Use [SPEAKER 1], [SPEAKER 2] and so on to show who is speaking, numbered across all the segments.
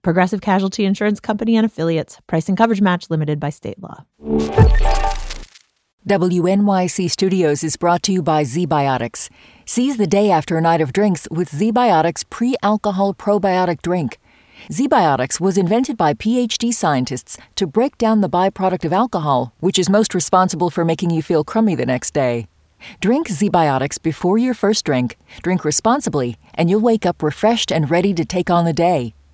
[SPEAKER 1] Progressive Casualty Insurance Company and affiliates. Price and coverage match limited by state law.
[SPEAKER 2] WNYC Studios is brought to you by ZBiotics. Seize the day after a night of drinks with ZBiotics pre alcohol probiotic drink. ZBiotics was invented by PhD scientists to break down the byproduct of alcohol, which is most responsible for making you feel crummy the next day. Drink ZBiotics before your first drink, drink responsibly, and you'll wake up refreshed and ready to take on the day.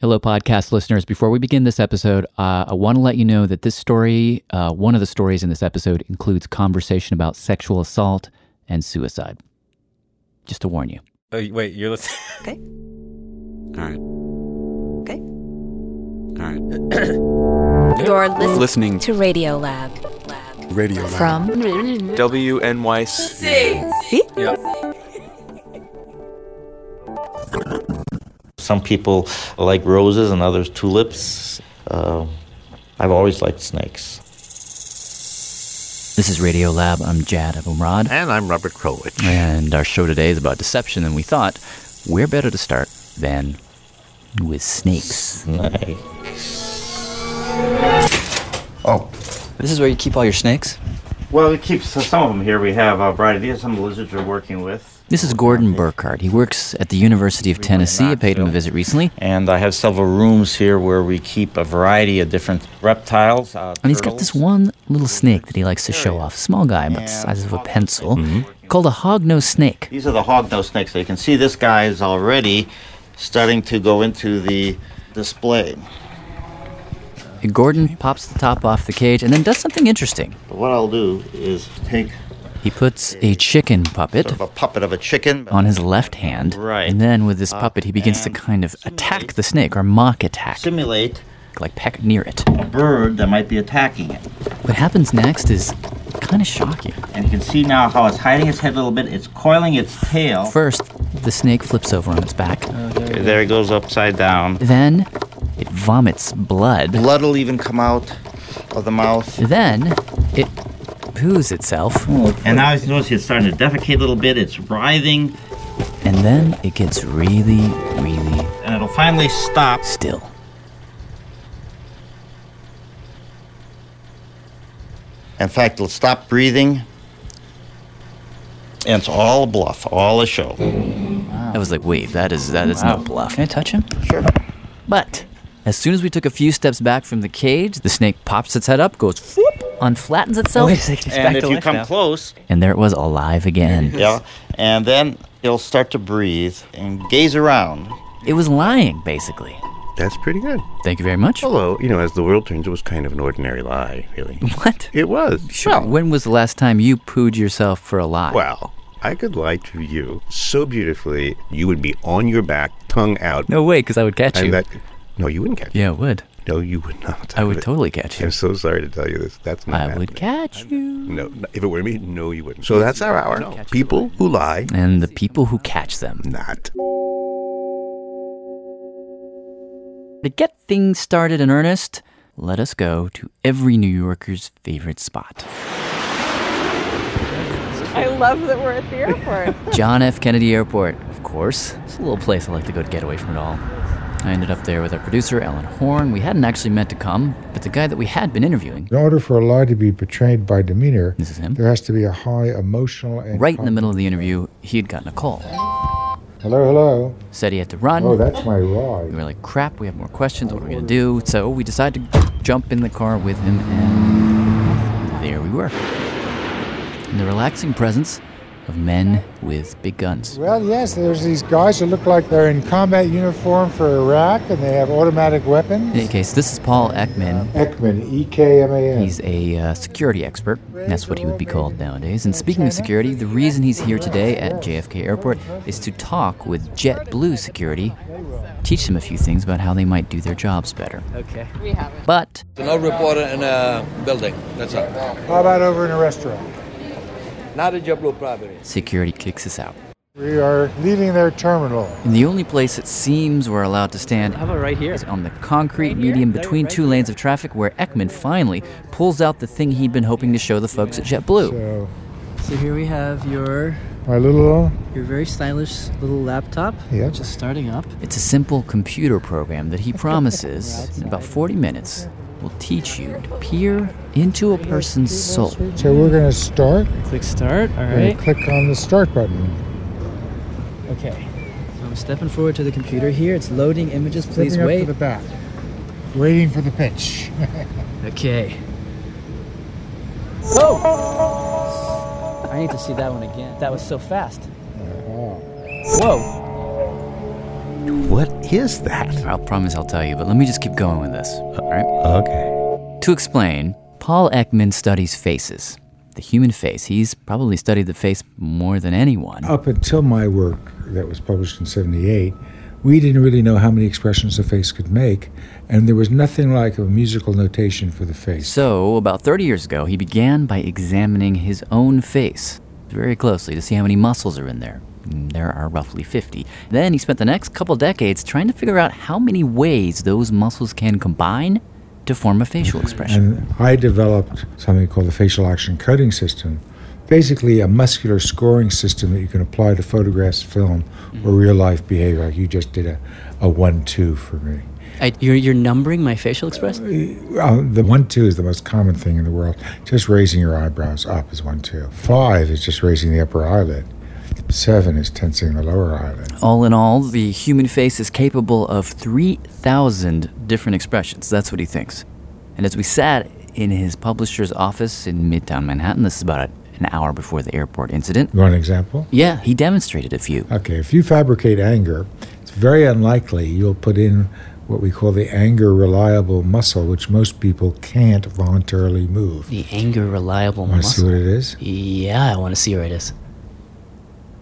[SPEAKER 3] Hello, podcast listeners. Before we begin this episode, uh, I want to let you know that this story, uh, one of the stories in this episode, includes conversation about sexual assault and suicide. Just to warn you.
[SPEAKER 4] Oh, y- wait, you're listening.
[SPEAKER 5] Okay.
[SPEAKER 6] All right.
[SPEAKER 5] Okay.
[SPEAKER 6] All
[SPEAKER 5] You're listening,
[SPEAKER 6] Listening.
[SPEAKER 5] to Radio Lab. Lab.
[SPEAKER 6] right. Radio
[SPEAKER 2] From
[SPEAKER 6] WNYC.
[SPEAKER 7] Some people like roses and others tulips. Uh, I've always liked snakes.
[SPEAKER 3] This is Radio Lab. I'm Jad Abumrad.
[SPEAKER 8] And I'm Robert Krulwich.
[SPEAKER 3] And our show today is about deception, and we thought where better to start than with snakes.
[SPEAKER 7] Snake.
[SPEAKER 3] Oh. This is where you keep all your snakes?
[SPEAKER 7] Well, we keep so some of them here. We have a variety. These are some lizards we're working with.
[SPEAKER 3] This is Gordon Burkhardt. He works at the University of Tennessee. I paid him a visit recently.
[SPEAKER 7] And I have several rooms here where we keep a variety of different reptiles. Uh,
[SPEAKER 3] And he's got this
[SPEAKER 7] turtles.
[SPEAKER 3] one little snake that he likes to show off. Small guy, about the size of a pencil, called a hognose snake.
[SPEAKER 7] These are the hognose snakes. So you can see this guy is already starting to go into the display.
[SPEAKER 3] Gordon pops the top off the cage and then does something interesting.
[SPEAKER 7] But what I'll do is take
[SPEAKER 3] He puts a chicken puppet
[SPEAKER 7] sort of a puppet of a chicken
[SPEAKER 3] on his left hand,
[SPEAKER 7] Right.
[SPEAKER 3] and then with this puppet, he begins to
[SPEAKER 7] and
[SPEAKER 3] kind of
[SPEAKER 7] simulate-
[SPEAKER 3] attack the snake or mock attack,
[SPEAKER 7] simulate
[SPEAKER 3] like peck near it.
[SPEAKER 7] a bird that might be attacking it.
[SPEAKER 3] What happens next is kind of shocking.
[SPEAKER 7] And you can see now how it's hiding its head a little bit. It's coiling its tail.
[SPEAKER 3] First, the snake flips over on its back,
[SPEAKER 7] Okay, there it goes upside down.
[SPEAKER 3] then, it vomits blood.
[SPEAKER 7] Blood will even come out of the mouth.
[SPEAKER 3] Then it poos itself,
[SPEAKER 7] And now you notice it's starting to defecate a little bit. It's writhing,
[SPEAKER 3] and then it gets really, really
[SPEAKER 7] and it'll finally stop.
[SPEAKER 3] still.
[SPEAKER 7] In fact, it'll stop breathing. And it's all a bluff, all a show.
[SPEAKER 3] I was like, wait, that is that is no bluff. Can I touch him?
[SPEAKER 7] Sure.
[SPEAKER 3] But as soon as we took a few steps back from the cage, the snake pops its head up, goes whoop, unflattens itself,
[SPEAKER 7] And if you come close,
[SPEAKER 3] and there it was, alive again.
[SPEAKER 7] yeah, and then it'll start to breathe and gaze around.
[SPEAKER 3] It was lying, basically.
[SPEAKER 8] That's pretty good.
[SPEAKER 3] Thank you very much.
[SPEAKER 8] Although, you know, as the world turns, it was kind of an ordinary lie, really.
[SPEAKER 3] What?
[SPEAKER 8] It was.
[SPEAKER 3] Sure. when was the last time you pooed yourself for a lie?
[SPEAKER 8] Well, I could lie to you so beautifully, you would be on your back, tongue out.
[SPEAKER 3] no way, because I would catch
[SPEAKER 8] and
[SPEAKER 3] you.
[SPEAKER 8] that. No, you wouldn't catch
[SPEAKER 3] yeah, I would.
[SPEAKER 8] it. No, you would not.
[SPEAKER 3] I would
[SPEAKER 8] But-
[SPEAKER 3] totally catch you.
[SPEAKER 8] I'm so sorry to tell you this. That's not
[SPEAKER 3] I would
[SPEAKER 8] happening.
[SPEAKER 3] catch you.
[SPEAKER 8] No, n- if it were me, no, you wouldn't. So that's our hour. People who lie,
[SPEAKER 3] And the people who catch them.
[SPEAKER 8] not.
[SPEAKER 3] To get things started in earnest, let us go to every New Yorker's favorite spot.
[SPEAKER 5] I love that we're at the airport.
[SPEAKER 3] John F. Kennedy Airport, of course. It's a little place I like to go to get away from it all. I ended up there with our producer, Ellen Horn. We hadn't actually meant to come, but the guy that we had been interviewing,
[SPEAKER 9] In order for a lie to be betrayed by demeanor,
[SPEAKER 3] this is him,
[SPEAKER 9] there has to be a high emotional and
[SPEAKER 3] right in the middle of the interview, he had gotten a call.
[SPEAKER 9] Hello, hello.
[SPEAKER 3] Said he had to run.
[SPEAKER 9] Oh, that's my
[SPEAKER 3] We
[SPEAKER 9] ride.
[SPEAKER 3] were like, crap, we have more questions. What are we going to do? So we decided to jump in the car with him, and there we were. In the relaxing presence of of men with big guns.
[SPEAKER 9] Well, yes, there's these guys who look like they're in combat uniform for Iraq and they have automatic
[SPEAKER 3] In any
[SPEAKER 9] weapons.
[SPEAKER 3] case, this is Paul Ekman.
[SPEAKER 9] Ekman, E K M A N.
[SPEAKER 3] He's a uh, security expert. That's what he would be called nowadays. And speaking of security, the reason he's here today at JFK Airport is to talk with JetBlue security, teach them a few things about how they might do their jobs better. Okay. But
[SPEAKER 4] No reporter in a building. That's all.
[SPEAKER 9] How about over in a restaurant?
[SPEAKER 4] Not a JetBlue property.
[SPEAKER 3] security kicks us out.
[SPEAKER 9] We are leaving their terminal.
[SPEAKER 3] And the only place it seems we're allowed to stand
[SPEAKER 10] How about right here?
[SPEAKER 3] is on the concrete median between two lanes of traffic where Ekman finally pulls out the thing he'd been hoping to show the folks at JetBlue.
[SPEAKER 9] So,
[SPEAKER 10] So here we have your
[SPEAKER 9] my little,
[SPEAKER 10] your very stylish little laptop,
[SPEAKER 9] Yeah.
[SPEAKER 10] which is starting up.
[SPEAKER 3] It's a simple computer program that he promises in about 40 minutes will teach you to peer into a person's soul.
[SPEAKER 9] so we're going to start.
[SPEAKER 10] Click start. All
[SPEAKER 9] We're going
[SPEAKER 10] right.
[SPEAKER 9] to click on the start button.
[SPEAKER 10] Okay. So I'm stepping forward to the computer here. It's loading images. Please
[SPEAKER 9] Flipping
[SPEAKER 10] wait.
[SPEAKER 9] Up to the back. Waiting for the pitch.
[SPEAKER 10] Okay. Oh! I need to see that one again. That was so fast.
[SPEAKER 9] Uh-huh.
[SPEAKER 10] Whoa!
[SPEAKER 8] What is that?
[SPEAKER 3] I'll promise I'll tell you, but let me just keep going with this. All right.
[SPEAKER 8] Okay.
[SPEAKER 3] To explain, Paul Ekman studies faces, the human face. He's probably studied the face more than anyone.
[SPEAKER 9] Up until my work that was published in 78, we didn't really know how many expressions the face could make, and there was nothing like a musical notation for the face.
[SPEAKER 3] So, about 30 years ago, he began by examining his own face very closely to see how many muscles are in there. And There are roughly 50. Then he spent the next couple decades trying to figure out how many ways those muscles can combine to form a facial expression.
[SPEAKER 9] And I developed something called the facial action coding system, basically a muscular scoring system that you can apply to photographs, film, or real life behavior. Like you just did a, a one two for me.
[SPEAKER 10] I, you're, you're numbering my facial expression?
[SPEAKER 9] Uh, the one two is the most common thing in the world. Just raising your eyebrows up is one two. Five is just raising the upper eyelid. Seven is tensing the lower eyelid.
[SPEAKER 3] All in all, the human face is capable of 3,000 different expressions. That's what he thinks. And as we sat in his publisher's office in Midtown Manhattan, this is about an hour before the airport incident,
[SPEAKER 9] You want an example?
[SPEAKER 3] yeah, he demonstrated a few.
[SPEAKER 9] Okay, if you fabricate anger, it's very unlikely you'll put in what we call the anger reliable muscle, which most people can't voluntarily move.
[SPEAKER 10] The anger reliable
[SPEAKER 9] Want to see what it is?
[SPEAKER 10] Yeah, I want to see where it is.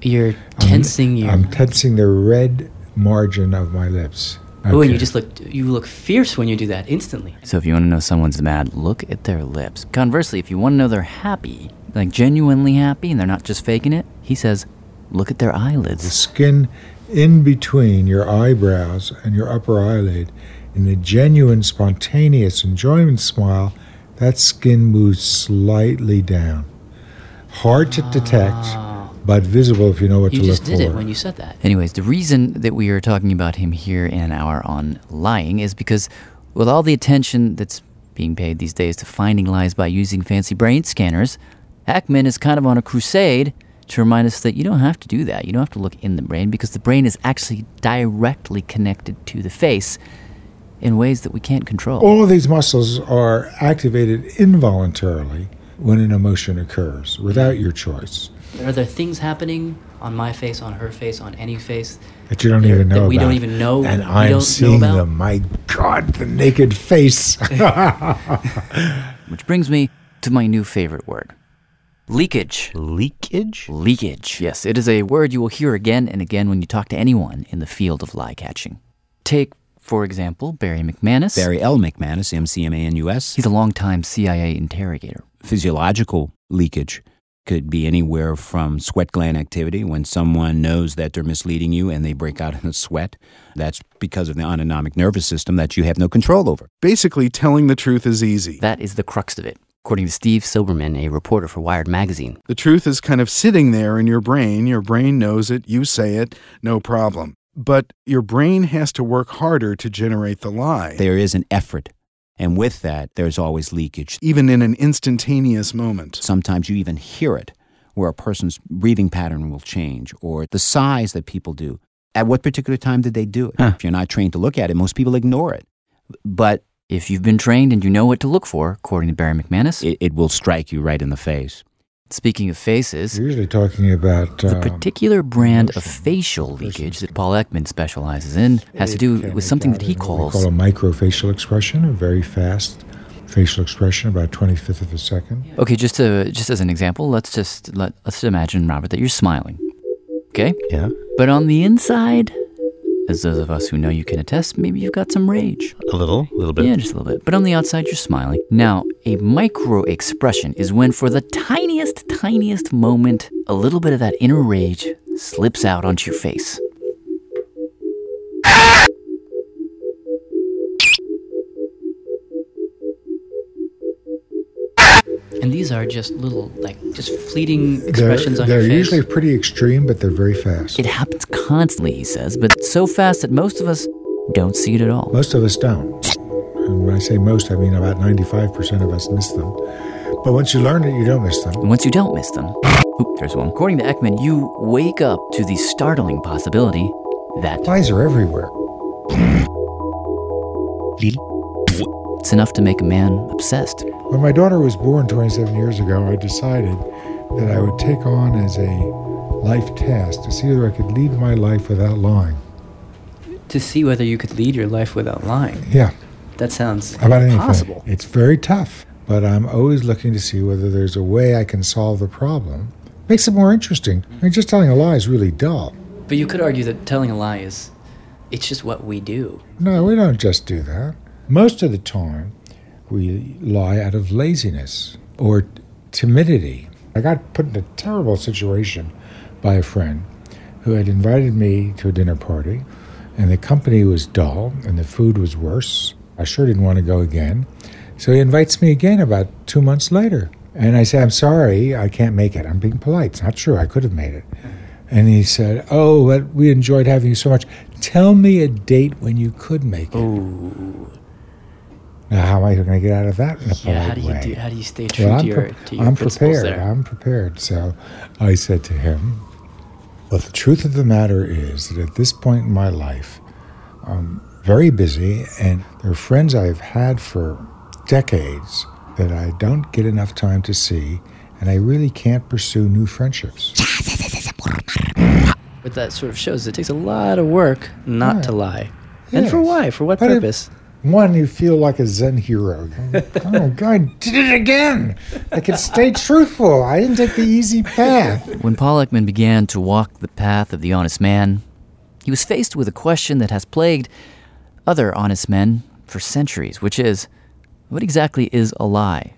[SPEAKER 10] You're tensing your.
[SPEAKER 9] I'm tensing the red margin of my lips.
[SPEAKER 10] Oh, and
[SPEAKER 9] Okay.
[SPEAKER 10] you just look. You look fierce when you do that instantly.
[SPEAKER 3] So if you want to know someone's mad, look at their lips. Conversely, if you want to know they're happy, like genuinely happy, and they're not just faking it, he says, look at their
[SPEAKER 9] the
[SPEAKER 3] eyelids.
[SPEAKER 9] skin in between your eyebrows and your upper eyelid in a genuine spontaneous enjoyment smile that skin moves slightly down hard to detect but visible if you know what
[SPEAKER 10] Ah. You
[SPEAKER 9] to
[SPEAKER 10] just
[SPEAKER 9] look
[SPEAKER 10] did
[SPEAKER 9] for
[SPEAKER 10] it when you said that.
[SPEAKER 3] Anyways, the reason that we are talking about him here in an hour on lying is because with all the attention that's being paid these days to finding lies by using fancy brain scanners, Ackman is kind of on a crusade to remind us that you don't have to do that. You don't have to look in the brain because the brain is actually directly connected to the face in ways that we can't control.
[SPEAKER 9] all of these muscles are activated involuntarily when an emotion occurs without your choice
[SPEAKER 10] Are there things happening on my face, on her face, on any face?
[SPEAKER 9] that you don't
[SPEAKER 10] They're-
[SPEAKER 9] even know
[SPEAKER 10] that we
[SPEAKER 9] about.
[SPEAKER 10] don't even know-
[SPEAKER 9] and
[SPEAKER 10] we
[SPEAKER 9] i'm
[SPEAKER 10] don't know
[SPEAKER 9] seeing
[SPEAKER 10] about?
[SPEAKER 9] them my god the naked face
[SPEAKER 3] Which brings me to my new favorite word leakage.
[SPEAKER 8] Leakage?
[SPEAKER 3] Leakage. Yes, it is a word you will hear again and again when you talk to anyone in the field of lie catching. Take, for example, Barry McManus.
[SPEAKER 11] Barry L. McManus, MCMANUS,
[SPEAKER 3] He's a longtime CIA interrogator.
[SPEAKER 11] physiological leakage could be anywhere from sweat gland activity when someone knows that they're misleading you and they break out in a sweat. That's because of the autonomic nervous system that you have no control over.
[SPEAKER 6] Basically, telling the truth is easy.
[SPEAKER 3] That is the crux of it.
[SPEAKER 10] According to Steve Silberman, a reporter for Wired Magazine,
[SPEAKER 6] The truth is kind of sitting there in your brain. Your brain knows it. You say it. No problem. But your brain has to work harder to generate the lie,
[SPEAKER 11] There is an effort. And with that, there's always leakage.
[SPEAKER 6] even in an instantaneous moment.
[SPEAKER 11] Sometimes you even hear it, where a person's breathing pattern will change or the size that people do. At what particular time did they do it? If you're not trained to look at it, most people ignore it. But
[SPEAKER 3] If you've been trained and you know what to look for, according to Barry McManus,
[SPEAKER 11] it, it will strike you right in the face.
[SPEAKER 3] Speaking of faces,
[SPEAKER 9] We're usually talking about
[SPEAKER 3] the
[SPEAKER 9] um,
[SPEAKER 3] particular brand of facial leakage that Paul Ekman specializes in has to do with something that he
[SPEAKER 9] we call
[SPEAKER 3] calls
[SPEAKER 9] a microfacial expression, a very fast facial expression, about 25th of a second.
[SPEAKER 3] Okay, just to, just as an example, let's just let, let's imagine Robert that you're smiling. Okay?
[SPEAKER 8] Yeah.
[SPEAKER 3] But on the inside, as those of us who know you can attest, maybe you've got some rage.
[SPEAKER 8] A little, a little bit.
[SPEAKER 3] Yeah, just a little bit. But on the outside, you're smiling. Now, a micro expression is when, for the tiniest, tiniest moment, a little bit of that inner rage slips out onto your face.
[SPEAKER 12] And these are just little, like, just fleeting
[SPEAKER 9] They're,
[SPEAKER 12] expressions on
[SPEAKER 9] they're
[SPEAKER 12] your face.
[SPEAKER 9] usually pretty extreme, but they're very fast.
[SPEAKER 3] It happens constantly, he says, but so fast that most of us don't see it at all.
[SPEAKER 9] Most of us don't. And when I say most, I mean about 95% of us miss them. But once you learn it, you don't miss them.
[SPEAKER 3] And once you don't miss them, oop, there's one. According to Ekman, you wake up to the startling possibility that
[SPEAKER 9] Flies are everywhere.
[SPEAKER 3] it's enough to make a man obsessed.
[SPEAKER 9] When my daughter was born 27 years ago, I decided that I would take on as a life task to see whether I could lead my life without lying.
[SPEAKER 12] to see whether you could lead your life without lying.
[SPEAKER 9] Yeah.
[SPEAKER 12] That sounds
[SPEAKER 9] about anything.
[SPEAKER 12] possible.
[SPEAKER 9] It's very tough, but I'm always looking to see whether there's a way I can solve the problem. Makes it more interesting. I mean, just telling a lie is really dull.
[SPEAKER 12] But you could argue that telling a lie is, it's just what we do.
[SPEAKER 9] No, we don't just do that. Most of the time, we lie out of laziness or timidity. I got put in a terrible situation by a friend who had invited me to a dinner party, and the company was dull and the food was worse. I sure didn't want to go again. So he invites me again about two months later. And I say, I'm sorry, I can't make it. I'm being polite. It's not true. I could have made it. And he said, Oh, but we enjoyed having you so much. Tell me a date when you could make it. Now, how am I going to get out of that? In a
[SPEAKER 12] Yeah,
[SPEAKER 9] polite
[SPEAKER 12] how do you
[SPEAKER 9] way?
[SPEAKER 12] do- how do you stay true to
[SPEAKER 9] I'm
[SPEAKER 12] your-
[SPEAKER 9] pre-
[SPEAKER 12] to your
[SPEAKER 9] I'm
[SPEAKER 12] principles
[SPEAKER 9] prepared.
[SPEAKER 12] there?
[SPEAKER 9] I'm prepared. So I said to him, Well, the truth of the matter is that at this point in my life, I'm very busy, and there are friends I've had for decades that I don't get enough time to see, and I really can't pursue new friendships.
[SPEAKER 12] But that sort of shows it takes a lot of work not to lie. And for
[SPEAKER 9] Yes.
[SPEAKER 12] why? For what
[SPEAKER 9] But it-
[SPEAKER 12] purpose?
[SPEAKER 9] One, you feel like a Zen hero. oh, God, I did it again. I can stay truthful. I didn't take the easy path.
[SPEAKER 3] When Paul Ekman began to walk the path of the honest man, he was faced with a question that has plagued other honest men for centuries, which is what exactly is a lie?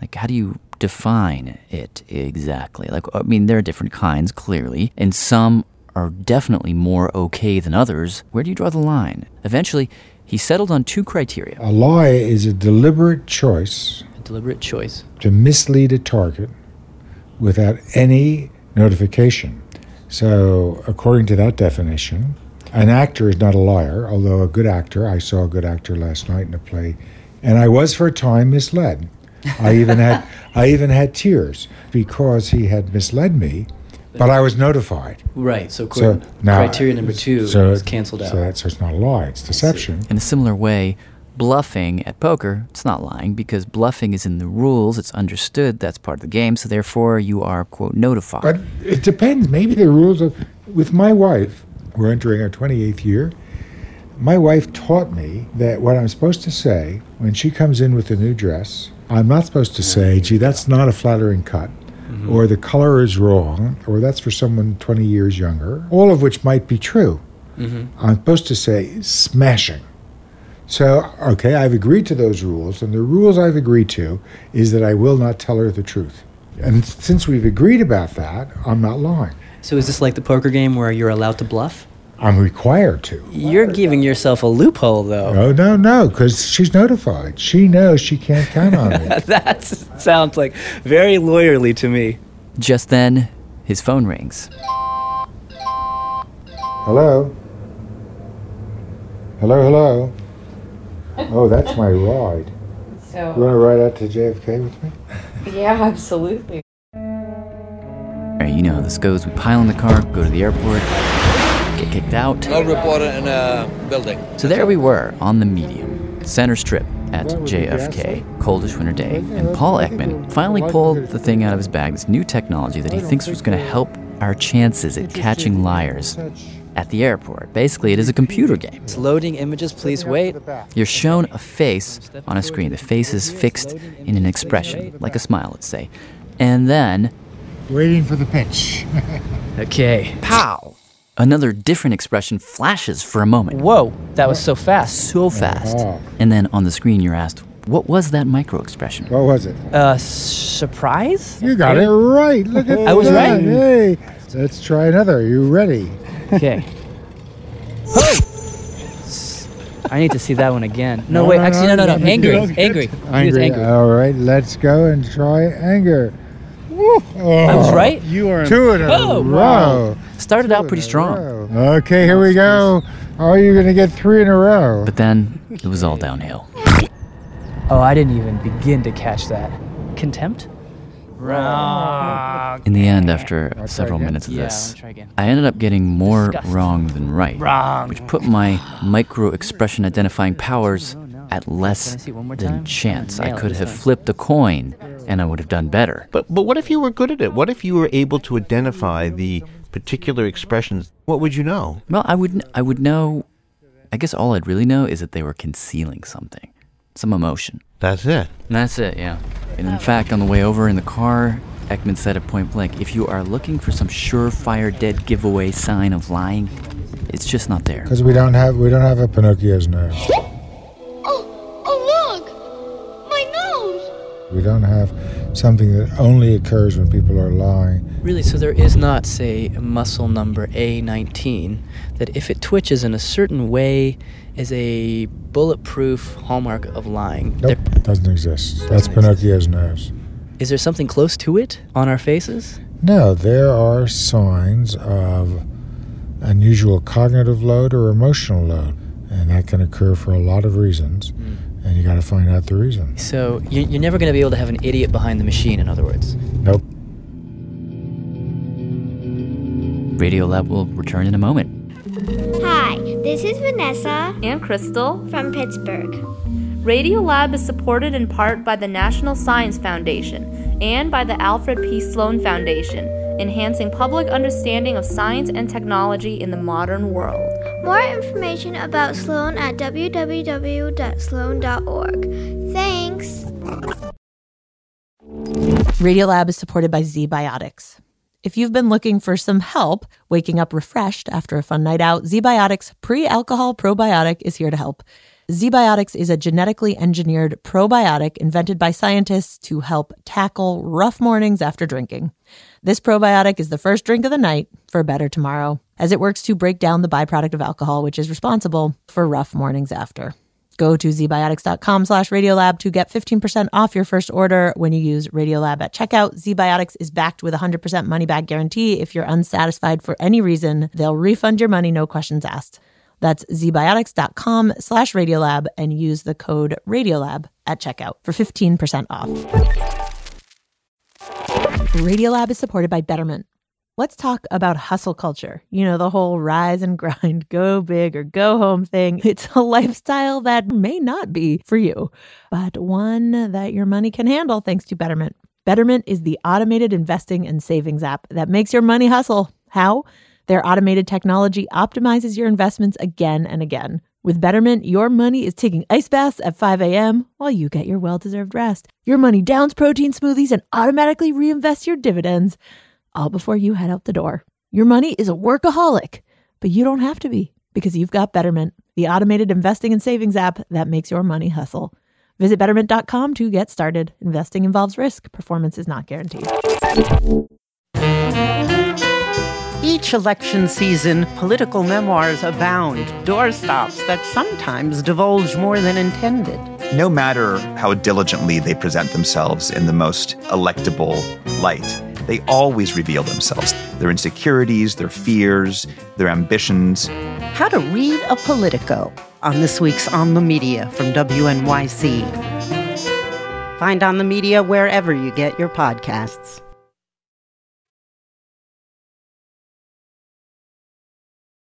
[SPEAKER 3] Like, how do you define it exactly? Like, I mean, there are different kinds, clearly, and some are definitely more okay than others. Where do you draw the line? Eventually, he settled on two criteria.
[SPEAKER 9] A lie is a deliberate choice
[SPEAKER 12] A deliberate choice.
[SPEAKER 9] to mislead a target without any notification. So, according to that definition, an actor is not a liar, although a good actor, I saw a good actor last night in a play, and I was for a time misled. I even had I even had tears because he had misled me, but I was notified.
[SPEAKER 12] Right.
[SPEAKER 9] So,
[SPEAKER 12] So, according
[SPEAKER 9] now-
[SPEAKER 12] criteria number two
[SPEAKER 9] so-
[SPEAKER 12] is canceled out.
[SPEAKER 9] So that's so it's not a lie; it's deception.
[SPEAKER 3] In a similar way, bluffing at poker, it's not lying because bluffing is in the rules, it's understood, that's part of the game, so therefore you are, quote, notified.
[SPEAKER 9] But it depends. Maybe the rules of. With my wife, we're entering our 28th year. My wife taught me that what I'm supposed to say when she comes in with a new dress, I'm not supposed to say, gee, that's not a flattering cut, or the color is wrong, or that's for someone 20 years younger, all of which might be true.
[SPEAKER 12] Mhm.
[SPEAKER 9] I'm supposed to say smashing. So, okay, I've agreed to those rules, and the rules I've agreed to is that I will not tell her the truth. And since we've agreed about that, I'm not lying.
[SPEAKER 12] So is this like the poker game where you're allowed to bluff?
[SPEAKER 9] I'm required to.
[SPEAKER 12] You're giving yourself a loophole, though.
[SPEAKER 9] No, no, no, because she's notified. She knows she can't count on me.
[SPEAKER 12] that sounds like very lawyerly to me.
[SPEAKER 3] Just then, his phone rings.
[SPEAKER 9] Hello? Hello, hello? Oh, that's my
[SPEAKER 10] Oh.
[SPEAKER 9] ride. You
[SPEAKER 13] So,
[SPEAKER 9] want to ride out to JFK with me?
[SPEAKER 13] yeah, absolutely.
[SPEAKER 3] All right, you know how this goes. We pile in the car, go to the airport, get kicked out.
[SPEAKER 4] No reporter in a building.
[SPEAKER 3] So there we were on the medium, center strip, at JFK, coldest winter day, and Paul Ekman finally pulled the thing out of his bag, this new technology that he thinks was going to help our chances at catching liars at the airport. Basically, it is a computer game.
[SPEAKER 10] It's loading images. Please wait.
[SPEAKER 3] You're shown a face on a screen. The face is fixed in an expression, like a smile, let's say. And then.
[SPEAKER 9] Waiting for the pitch.
[SPEAKER 3] okay. Pow! Another different expression flashes for a moment.
[SPEAKER 10] Whoa, that was so fast.
[SPEAKER 3] So fast.
[SPEAKER 9] Oh.
[SPEAKER 3] And then on the screen, you're asked, what was that micro expression?
[SPEAKER 9] What was it?
[SPEAKER 10] Uh, surprise?
[SPEAKER 9] You got it right. Look at
[SPEAKER 10] I was
[SPEAKER 9] that.
[SPEAKER 10] right.
[SPEAKER 9] Hey, let's try another. Are you ready?
[SPEAKER 10] Okay. I need to see that one again. No,
[SPEAKER 9] No,
[SPEAKER 10] wait,
[SPEAKER 9] no,
[SPEAKER 10] actually, no,
[SPEAKER 9] no,
[SPEAKER 10] no, no.
[SPEAKER 9] no, no,
[SPEAKER 10] Angry,
[SPEAKER 9] you don't get
[SPEAKER 10] angry. I think it's
[SPEAKER 9] Angry.
[SPEAKER 10] angry.
[SPEAKER 9] All right, let's go and try anger.
[SPEAKER 10] I was right.
[SPEAKER 9] You are two in a
[SPEAKER 10] Oh,
[SPEAKER 9] row.
[SPEAKER 3] Started out pretty strong,
[SPEAKER 9] Okay, here we go. Are you going to get three in a row?
[SPEAKER 3] but then it was all downhill.
[SPEAKER 10] Oh, I didn't even begin to catch that. Contempt? Wrong.
[SPEAKER 3] In the end, after several minutes of
[SPEAKER 10] Yeah,
[SPEAKER 3] this,
[SPEAKER 10] I'll try again.
[SPEAKER 3] I ended up getting more
[SPEAKER 10] Disgust.
[SPEAKER 3] wrong than right,
[SPEAKER 10] Wrong.
[SPEAKER 3] which put my micro expression identifying powers at less
[SPEAKER 10] see it one more
[SPEAKER 3] than
[SPEAKER 10] time?
[SPEAKER 3] chance. I
[SPEAKER 10] Nail it
[SPEAKER 3] could
[SPEAKER 10] this
[SPEAKER 3] have
[SPEAKER 10] time.
[SPEAKER 3] flipped a coin and I would have done better.
[SPEAKER 8] But but what if you were good at it? What if you were able to identify the particular expressions? What would you know?
[SPEAKER 3] Well, I would I would know. I guess all I'd really know is that they were concealing something, some emotion.
[SPEAKER 8] That's it.
[SPEAKER 3] And that's it, yeah. And in fact, on the way over in the car, Ekman said at point blank, "If you are looking for some surefire dead giveaway sign of lying, it's just not there."
[SPEAKER 9] Because we don't have we don't have a Pinocchio's nose. We don't have something that only occurs when people are lying.
[SPEAKER 12] Really, so there is not, say, muscle number A19 that if it twitches in a certain way is a bulletproof hallmark of lying.
[SPEAKER 9] Nope, doesn't exist. That's Pinocchio's nose.
[SPEAKER 12] Is there something close to it on our faces?
[SPEAKER 9] No, there are signs of unusual cognitive load or emotional load, and that can occur for a lot of reasons, and you got to find out the reason.
[SPEAKER 12] So you- you're never going to be able to have an idiot behind the machine, in other words.
[SPEAKER 9] Nope.
[SPEAKER 3] Radio Lab will return in a moment.
[SPEAKER 14] Hi, this is Vanessa and Crystal from Pittsburgh. Radiolab is supported in part by the National Science Foundation and by the Alfred P. Sloan Foundation, enhancing public understanding of science and technology in the modern world.
[SPEAKER 15] More information about Sloan at www.sloan.org. Thanks.
[SPEAKER 1] Radiolab is supported by ZBiotics. If you've been looking for some help waking up refreshed after a fun night out, ZBiotics pre-alcohol probiotic is here to help. ZBiotics is a genetically engineered probiotic invented by scientists to help tackle rough mornings after drinking. This probiotic is the first drink of the night for a better tomorrow, as it works to break down the byproduct of alcohol, which is responsible for rough mornings after. Go to zbiotics.com slash radiolab to get 15% off your first order when you use Radiolab at checkout. Zbiotics is backed with a 100% money back guarantee. If you're unsatisfied for any reason, they'll refund your money, no questions asked. That's zbiotics.com slash radiolab and use the code radiolab at checkout for 15% off. Radiolab is supported by Betterment. Let's talk about hustle culture. You know, the whole rise and grind, go big or go home thing. It's a lifestyle that may not be for you, but one that your money can handle thanks to Betterment. Betterment is the automated investing and savings app that makes your money hustle. How? Their automated technology optimizes your investments again and again. With Betterment, your money is taking ice baths at 5 a.m. while you get your well deserved rest. Your money downs protein smoothies and automatically reinvests your dividends all before you head out the door. Your money is a workaholic, but you don't have to be because you've got Betterment, the automated investing and savings app that makes your money hustle. Visit betterment.com to get started. Investing involves risk, performance is not guaranteed.
[SPEAKER 16] Each election season, political memoirs abound, doorstops that sometimes divulge more than intended.
[SPEAKER 17] No matter how diligently they present themselves in the most electable light, they always reveal themselves their insecurities, their fears, their ambitions.
[SPEAKER 16] How to read a Politico on this week's On the Media from WNYC. Find On the Media wherever you get your podcasts.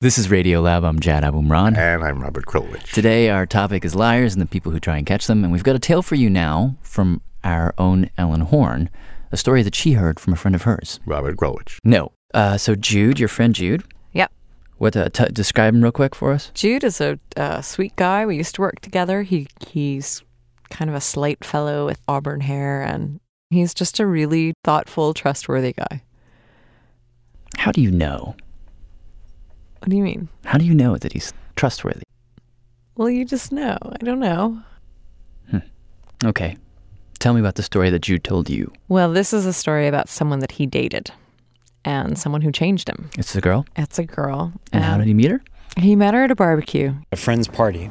[SPEAKER 3] This is Radio Lab. I'm Jad Abumrad.
[SPEAKER 8] And I'm Robert Krulwich.
[SPEAKER 3] Today, our topic is liars and the people who try and catch them. And we've got a tale for you now from our own Ellen Horn, a story that she heard from a friend of hers,
[SPEAKER 8] Robert Krulwich.
[SPEAKER 3] No. Uh, so, Jude, your friend Jude.
[SPEAKER 18] Yep.
[SPEAKER 3] What? Uh, t- describe him real quick for us.
[SPEAKER 18] Jude is a uh, sweet guy. We used to work together. He he's kind of a slight fellow with auburn hair, and he's just a really thoughtful, trustworthy guy.
[SPEAKER 3] How do you know?
[SPEAKER 18] What do you mean?
[SPEAKER 3] How do you know that he's trustworthy?
[SPEAKER 18] Well, you just know. I don't know.
[SPEAKER 3] Okay. Tell me about the story that Jude told you.
[SPEAKER 18] Well, this is a story about someone that he dated, and someone who changed him.
[SPEAKER 3] It's a girl.
[SPEAKER 18] It's a girl.
[SPEAKER 3] And how did he meet her?
[SPEAKER 18] He met her at a barbecue.
[SPEAKER 19] a friend's party,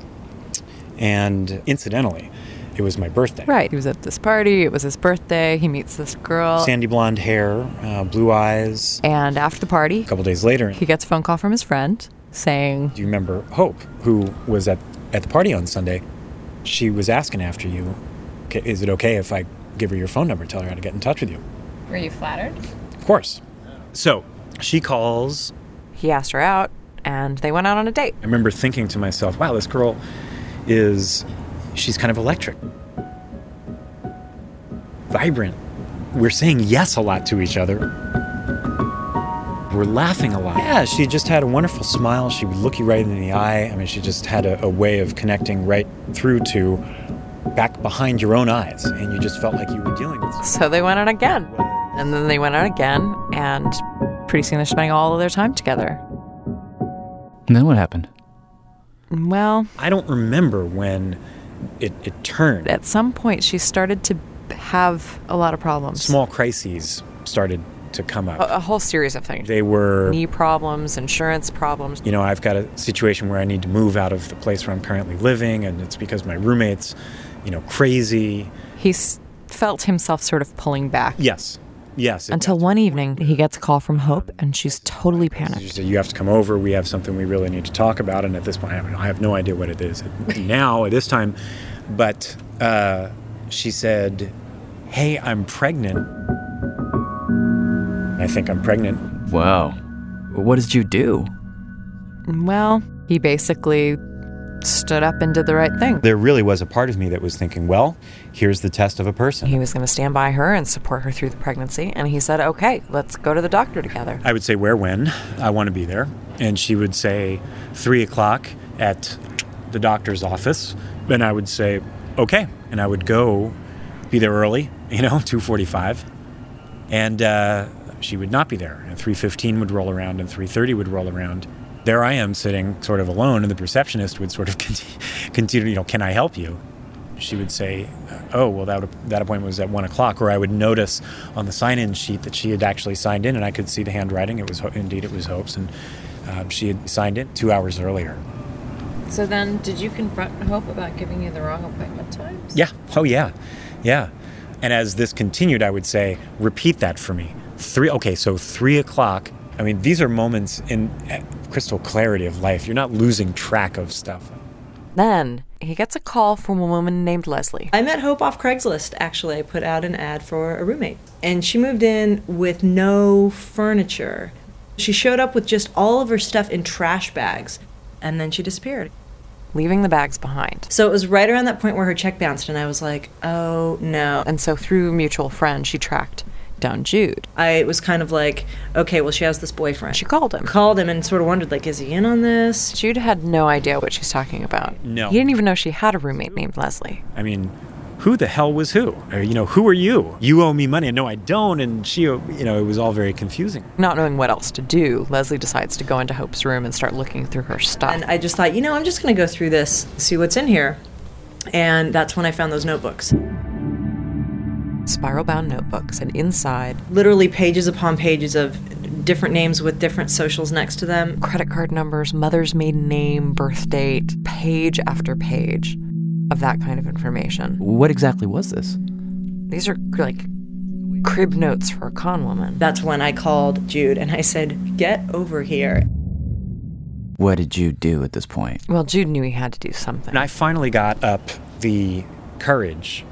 [SPEAKER 19] and incidentally, it was my birthday.
[SPEAKER 18] Right. He was at this party. It was his birthday. He meets this girl.
[SPEAKER 19] Sandy blonde hair, uh, blue eyes.
[SPEAKER 18] And after the party,
[SPEAKER 19] A couple days later,
[SPEAKER 18] he gets a phone call from his friend saying,
[SPEAKER 19] do you remember Hope, who was at, at the party on Sunday? She was asking after you, "K- is it okay if I give her your phone number, tell her how to get in touch with you?
[SPEAKER 20] Were you flattered?
[SPEAKER 19] Of course. So she calls.
[SPEAKER 18] He asked her out, and they went out on a date.
[SPEAKER 19] I remember thinking to myself, wow, this girl is, she's kind of electric, vibrant. We're saying yes a lot to each other. We're laughing a lot. Yeah, she just had a wonderful smile. She would look you right in the eye. I mean, she just had a, a way of connecting right through to back behind your own eyes, and you just felt like you were dealing with.
[SPEAKER 18] So they went out again. And then they went out again, and pretty soon they're spending all of their time together.
[SPEAKER 3] And then what happened?
[SPEAKER 18] Well,
[SPEAKER 19] I don't remember when it, it turned.
[SPEAKER 18] at some point, she started to have a lot of problems. Oh.
[SPEAKER 19] Small crises started to come
[SPEAKER 18] A,
[SPEAKER 19] up.
[SPEAKER 18] a whole series of things
[SPEAKER 19] They were,
[SPEAKER 18] knee problems, insurance problems.
[SPEAKER 19] you know, I've got a situation where I need to move out of the place where I'm currently living, and it's because my roommate's, you know, crazy.
[SPEAKER 18] He s- felt himself sort of pulling back.
[SPEAKER 19] Yes, yes. it-
[SPEAKER 18] Until one evening, he gets a call from Hope, and she's totally
[SPEAKER 19] She
[SPEAKER 18] panicked.
[SPEAKER 19] said, "You have to come over. We have something we really need to talk about." And at this point, I have, I have no idea what it is now at this time. But uh, she said, "Hey, I'm pregnant. I think I'm pregnant."
[SPEAKER 3] Wow. What does Jude do?
[SPEAKER 18] Well, he basically stood up and did the right thing.
[SPEAKER 19] There really was a part of me that was thinking, "Well, here's the test of a person."
[SPEAKER 18] He was going to stand by her and support her through the pregnancy, and he said, "Okay, let's go to the doctor together."
[SPEAKER 19] I would say, "Where, when? I want to be there." And she would say, three o'clock at the doctor's office." And I would say, "Okay," and I would go, be there early, you know, two forty-five, and uh, she would not be there. And three fifteen would roll around, and three thirty would roll around. There I am sitting, sort of alone, and the receptionist would sort of continue, continue you know, "Can I help you?" she would say, "Oh, well, that that appointment was at one o'clock," or I would notice on the sign-in sheet that she had actually signed in, and I could see the handwriting. It was Ho- indeed it was Hope's, and um, she had signed in two hours earlier.
[SPEAKER 20] So then, did you confront Hope about giving you the wrong appointment time?
[SPEAKER 19] Yeah. Oh, yeah, yeah. And as this continued, I would say, "Repeat that for me." Three. Okay, so three o'clock. I mean, these are moments in uh, crystal clarity of life. You're not losing track of stuff.
[SPEAKER 18] Then he gets a call from a woman named Leslie.
[SPEAKER 21] I met Hope off Craigslist, actually. I put out an ad for a roommate. And she moved in with no furniture. She showed up with just all of her stuff in trash bags, and then she disappeared.
[SPEAKER 18] leaving the bags behind.
[SPEAKER 21] So it was right around that point where her check bounced, and I was like, oh no.
[SPEAKER 18] And so through a mutual friend, she tracked down Jude.
[SPEAKER 21] I was kind of like, okay, well, she has this boyfriend. She
[SPEAKER 18] called him.
[SPEAKER 21] Called him and sort of wondered, like, is he in on this?
[SPEAKER 18] Jude had no idea what she's talking about.
[SPEAKER 19] No.
[SPEAKER 18] He didn't even know she had a roommate named Leslie.
[SPEAKER 19] I mean, who the hell was who? Or, you know, who are you? You owe me money. and No, I don't. And she, you know, it was all very confusing.
[SPEAKER 18] Not knowing what else to do, Leslie decides to go into Hope's room and start looking through her stuff.
[SPEAKER 21] And I just thought, you know, I'm just going to go through this, see what's in here. And that's when I found those notebooks.
[SPEAKER 18] Spiral bound notebooks, and inside,
[SPEAKER 21] Literally pages upon pages of different names with different socials next to them.
[SPEAKER 18] credit card numbers, mother's maiden name, birth date, page after page of that kind of information.
[SPEAKER 3] What exactly was this?
[SPEAKER 18] These are like crib notes for a con woman.
[SPEAKER 21] That's when I called Jude and I said, get over here.
[SPEAKER 3] What did Jude do at this point?
[SPEAKER 18] Well, Jude knew he had to do something.
[SPEAKER 19] And I finally got up the courage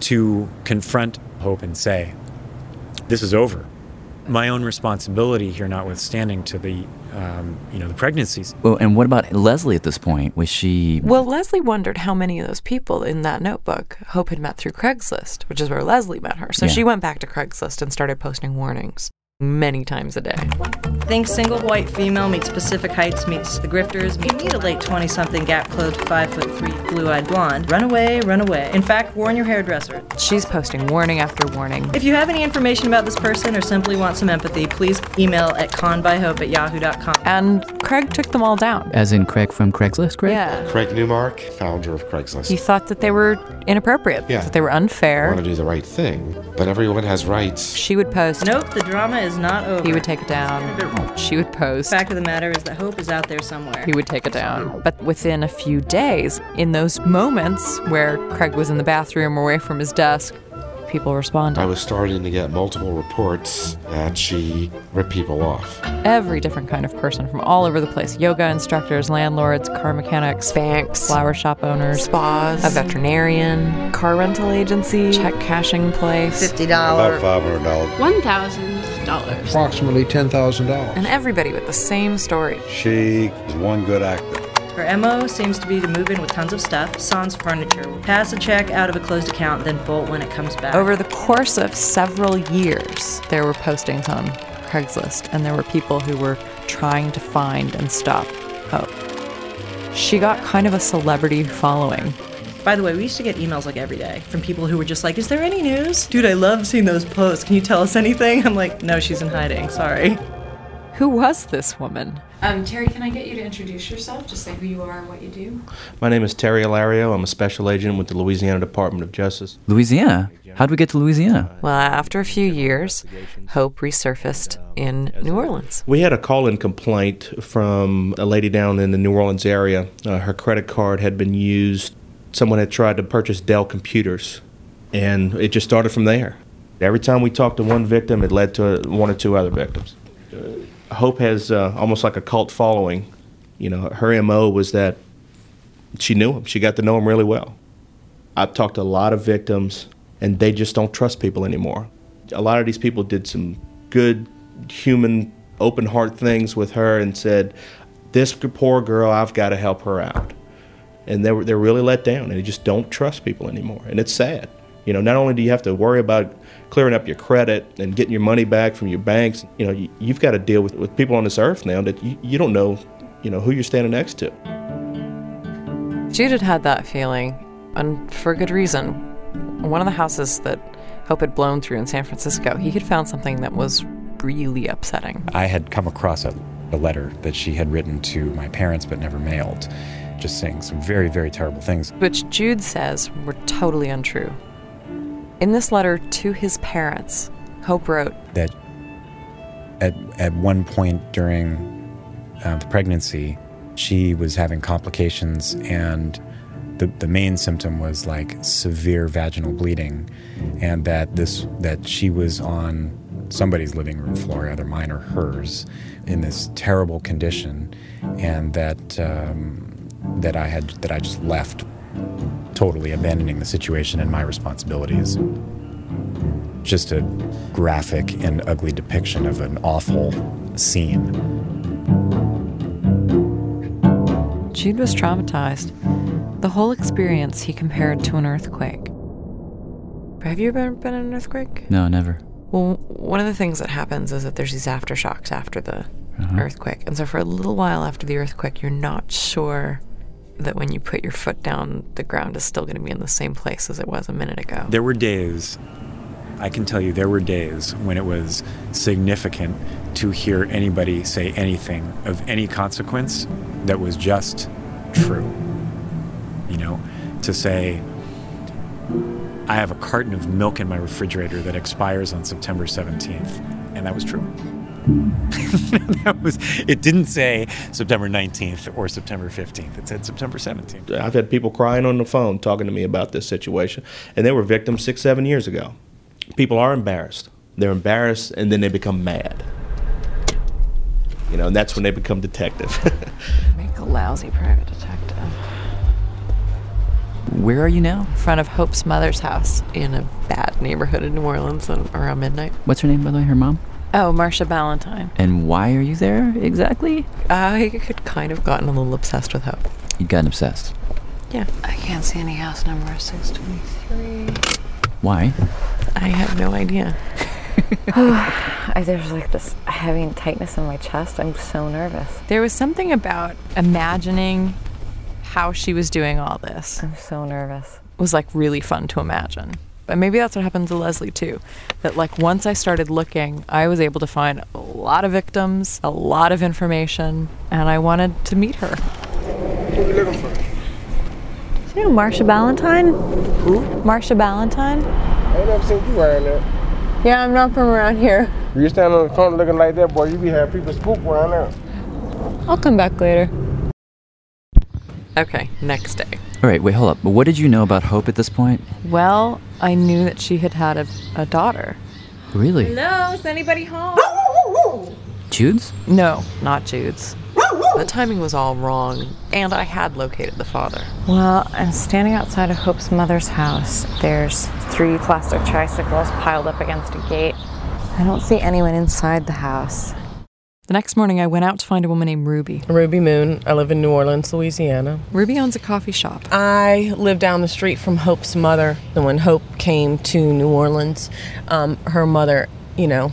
[SPEAKER 19] to confront Hope and say, this is over. my own responsibility here, notwithstanding, to the um, you know the pregnancies.
[SPEAKER 3] Well, and what about Leslie at this point? Was she?
[SPEAKER 18] Well, Leslie wondered how many of those people in that notebook Hope had met through Craigslist, which is where Leslie met her. So
[SPEAKER 3] Yeah.
[SPEAKER 18] she went back to Craigslist and started posting warnings many times a day.
[SPEAKER 21] Think single white female meets Pacific Heights meets the grifters. You need a late 20 something gap clothed 5 foot 3 blue eyed blonde. Run away, run away. In fact, warn your hairdresser.
[SPEAKER 18] She's posting warning after warning.
[SPEAKER 21] If you have any information about this person or simply want some empathy, please email at conbyhope at yahoo.com.
[SPEAKER 18] And Craig took them all down.
[SPEAKER 3] As in Craig from Craigslist, Craig?
[SPEAKER 18] Yeah.
[SPEAKER 2] Craig Newmark, founder of Craigslist.
[SPEAKER 18] He thought that they were inappropriate,
[SPEAKER 2] Yeah.
[SPEAKER 18] that they were unfair.
[SPEAKER 2] want to do the right thing, but everyone has rights.
[SPEAKER 18] She would post.
[SPEAKER 21] Nope, the drama is not over.
[SPEAKER 18] He would take it down. She would post.
[SPEAKER 21] Fact of the matter is that hope is out there somewhere.
[SPEAKER 18] He would take it down. But within a few days, in those moments where Craig was in the bathroom or away from his desk, people responded.
[SPEAKER 2] I was starting to get multiple reports that she ripped people off.
[SPEAKER 18] Every different kind of person from all over the place yoga instructors, landlords, car mechanics, banks, flower shop owners, spas, a veterinarian, car rental agency, check cashing place.
[SPEAKER 22] About five hundred dollars.
[SPEAKER 18] One thousand dollars.
[SPEAKER 22] Approximately ten thousand dollars.
[SPEAKER 18] And everybody with the same story.
[SPEAKER 22] She is one good actor.
[SPEAKER 21] Her MO seems to be to move in with tons of stuff, sans furniture, pass a check out of a closed account, then bolt when it comes back.
[SPEAKER 18] Over the course of several years, there were postings on Craigslist, and there were people who were trying to find and stop Hope. She got kind of a celebrity following.
[SPEAKER 21] By the way, we used to get emails like every day from people who were just like, Is there any news? Dude, I love seeing those posts. Can you tell us anything? I'm like, No, she's in hiding. Sorry.
[SPEAKER 18] Who was this woman?
[SPEAKER 20] Um, Terry, can I get you to introduce yourself? Just say who you are and what you do.
[SPEAKER 23] My name is Terry Alario. I'm a special agent with the Louisiana Department of Justice.
[SPEAKER 3] Louisiana. How would we get to Louisiana?
[SPEAKER 18] Well, after a few years, Hope resurfaced in New Orleans.
[SPEAKER 23] We had a call in complaint from a lady down in the New Orleans area. Uh, her credit card had been used. Someone had tried to purchase Dell computers, and it just started from there. Every time we talked to one victim, it led to one or two other victims. Uh, Hope has uh, almost like a cult following. You know, her MO was that she knew him, she got to know him really well. I've talked to a lot of victims, and they just don't trust people anymore. A lot of these people did some good, human, open heart things with her and said, This g- poor girl, I've got to help her out. And they were, they're really let down, and they just don't trust people anymore. And it's sad. You know, not only do you have to worry about clearing up your credit and getting your money back from your banks, you know, you, you've got to deal with, with people on this earth now that you, you don't know, you know, who you're standing next to.
[SPEAKER 18] Jude had had that feeling, and for good reason. One of the houses that Hope had blown through in San Francisco, he had found something that was really upsetting.
[SPEAKER 24] I had come across a, a letter that she had written to my parents but never mailed, just saying some very, very terrible things.
[SPEAKER 18] which Jude says were totally untrue. In this letter to his parents, Hope wrote,
[SPEAKER 24] That at, at one point during uh, the pregnancy, she was having complications, and the, the main symptom was like severe vaginal bleeding, and that this that she was on somebody's living room floor, either mine or hers, in this terrible condition, and that um, that I had that I just left, totally abandoning the situation and my responsibilities just a graphic and ugly depiction of an awful scene.
[SPEAKER 18] Jude was traumatized. The whole experience he compared to an earthquake. Have you ever been in an earthquake?
[SPEAKER 3] No, never.
[SPEAKER 18] Well, one of the things that happens is that there's these aftershocks after the
[SPEAKER 3] Uh-huh.
[SPEAKER 18] earthquake. And so for a little while after the earthquake, you're not sure that when you put your foot down, the ground is still going to be in the same place as it was a minute ago.
[SPEAKER 19] There were days, I can tell you, there were days when it was significant to hear anybody say anything of any consequence that was just true. You know, to say, I have a carton of milk in my refrigerator that expires on September 17th. And that was true. that was, it didn't say September 19th or September 15th. It said September 17th.
[SPEAKER 23] I've had people crying on the phone talking to me about this situation, and they were victims six, seven years ago. People are embarrassed. They're embarrassed, and then they become mad. You know, and that's when they become detective.
[SPEAKER 18] Make a lousy private detective.
[SPEAKER 3] Where are you now?
[SPEAKER 18] In front of Hope's mother's house in a bad neighborhood in New Orleans on- around midnight.
[SPEAKER 3] What's her name, by the way? Her mom?
[SPEAKER 18] Oh, Marcia Ballantyne.
[SPEAKER 3] And why are you there exactly?
[SPEAKER 5] I had kind of gotten a little obsessed with Hope.
[SPEAKER 3] You got obsessed.
[SPEAKER 5] Yeah. I can't see any house number 623.
[SPEAKER 3] Why?
[SPEAKER 5] I have no idea.
[SPEAKER 6] I, there's like this heavy tightness in my chest. I'm so nervous.
[SPEAKER 18] There was something about imagining how she was doing all this.
[SPEAKER 6] I'm so nervous.
[SPEAKER 18] It was like really fun to imagine. But maybe that's what happened to Leslie too. That like once I started looking, I was able to find a lot of victims, a lot of information, and I wanted to meet her.
[SPEAKER 7] What are you looking for?
[SPEAKER 18] Do you know Marsha Ballantyne?
[SPEAKER 7] Who?
[SPEAKER 18] Marsha Ballantyne?
[SPEAKER 7] I ain't never seen you around there.
[SPEAKER 18] Yeah, I'm not from around here.
[SPEAKER 7] You stand on the corner looking like that, boy, you be having people spook around there.
[SPEAKER 18] I'll come back later.
[SPEAKER 5] Okay, next day.
[SPEAKER 3] All right, wait, hold up. What did you know about Hope at this point?
[SPEAKER 18] Well, I knew that she had had a, a daughter.
[SPEAKER 3] Really?
[SPEAKER 21] Hello, is anybody home?
[SPEAKER 3] Jude's?
[SPEAKER 18] No, not Jude's.
[SPEAKER 5] The timing was all wrong, and I had located the father.
[SPEAKER 6] Well, I'm standing outside of Hope's mother's house. There's three plastic tricycles piled up against a gate. I don't see anyone inside the house.
[SPEAKER 18] The next morning, I went out to find a woman named Ruby.
[SPEAKER 5] Ruby Moon. I live in New Orleans, Louisiana.
[SPEAKER 18] Ruby owns a coffee shop.
[SPEAKER 5] I live down the street from Hope's mother. And when Hope came to New Orleans, um, her mother, you know,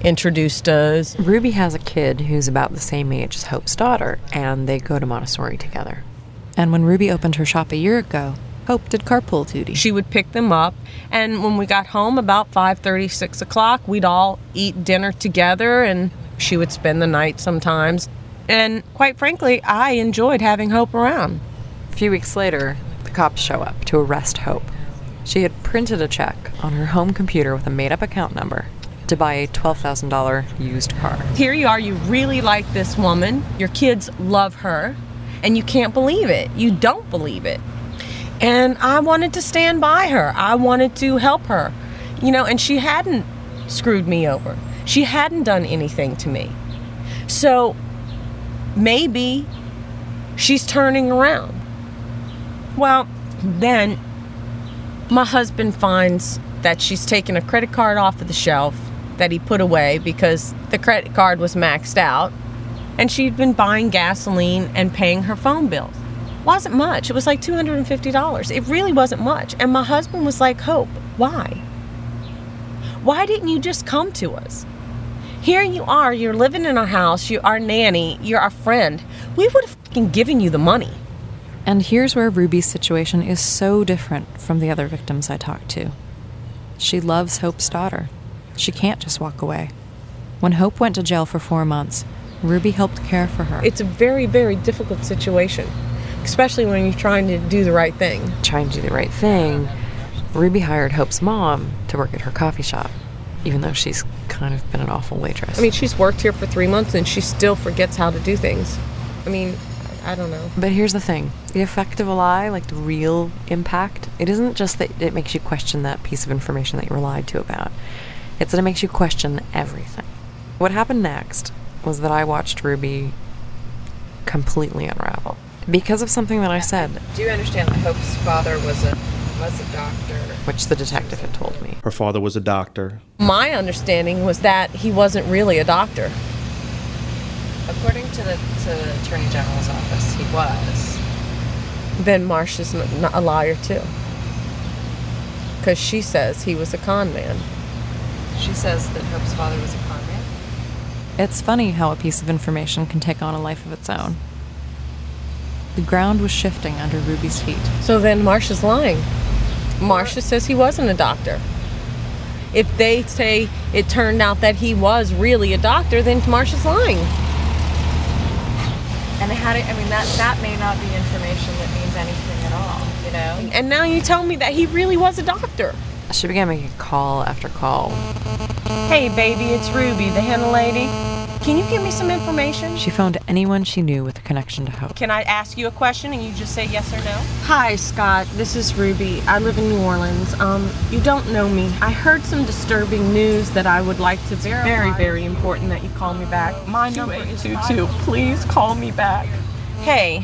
[SPEAKER 5] introduced us. Ruby has a kid who's about the same age as Hope's daughter, and they go to Montessori together.
[SPEAKER 18] And when Ruby opened her shop a year ago, Hope did carpool duty.
[SPEAKER 5] She would pick them up, and when we got home about 5:30, 6 o'clock, we'd all eat dinner together, and she would spend the night sometimes. And quite frankly, I enjoyed having Hope around.
[SPEAKER 18] A few weeks later, the cops show up to arrest Hope. She had printed a check on her home computer with a made-up account number to buy a $12,000 used car.
[SPEAKER 5] Here you are, you really like this woman, your kids love her, and you can't believe it. You don't believe it. And I wanted to stand by her, I wanted to help her, you know, and she hadn't screwed me over, she hadn't done anything to me. So maybe she's turning around. Well, then my husband finds that she's taken a credit card off of the shelf that he put away because the credit card was maxed out and she'd been buying gasoline and paying her phone bills. Wasn't much. It was like $250. It really wasn't much. And my husband was like, Hope, why? Why didn't you just come to us? Here you are, you're living in our house, you're our nanny, you're our friend. We would have fucking given you the money.
[SPEAKER 18] And here's where Ruby's situation is so different from the other victims I talked to. She loves Hope's daughter. She can't just walk away. When Hope went to jail for four months, Ruby helped care for her.
[SPEAKER 5] It's a very, very difficult situation, especially when you're trying to do the right thing.
[SPEAKER 6] Trying to do the right thing, Ruby hired Hope's mom to work at her coffee shop, even though she's kind of been an awful waitress.
[SPEAKER 5] I mean, she's worked here for three months and she still forgets how to do things. I mean, I don't know.
[SPEAKER 6] But here's the thing the effect of a lie, like the real impact, it isn't just that it makes you question that piece of information that you were lied to about, it's that it makes you question everything. What happened next was that I watched Ruby completely unravel because of something that I said.
[SPEAKER 5] Do you understand that Hope's father was a was a doctor,
[SPEAKER 6] which the detective had told me.
[SPEAKER 23] Her father was a doctor.
[SPEAKER 5] My understanding was that he wasn't really a doctor.
[SPEAKER 6] According to the, to the Attorney General's office, he was.
[SPEAKER 5] Then Marsh is n- n- a liar too. Because she says he was a con man.
[SPEAKER 6] She says that Hope's father was a con man.
[SPEAKER 18] It's funny how a piece of information can take on a life of its own. The ground was shifting under Ruby's feet.
[SPEAKER 5] So then Marsh is lying. Marsha says he wasn't a doctor. If they say it turned out that he was really a doctor, then Marsha's lying.
[SPEAKER 20] And how do I mean that that may not be information that means anything at all, you know?
[SPEAKER 5] And now you tell me that he really was a doctor.
[SPEAKER 6] She began making call after call.
[SPEAKER 5] Hey, baby, it's Ruby, the henna lady. Can you give me some information?
[SPEAKER 18] She phoned anyone she knew with a connection to Hope.
[SPEAKER 5] Can I ask you a question and you just say yes or no? Hi, Scott. This is Ruby. I live in New Orleans. Um, you don't know me. I heard some disturbing news that I would like to. Verify. Very, very important that you call me back. My number is two two. Please call me back. Hey,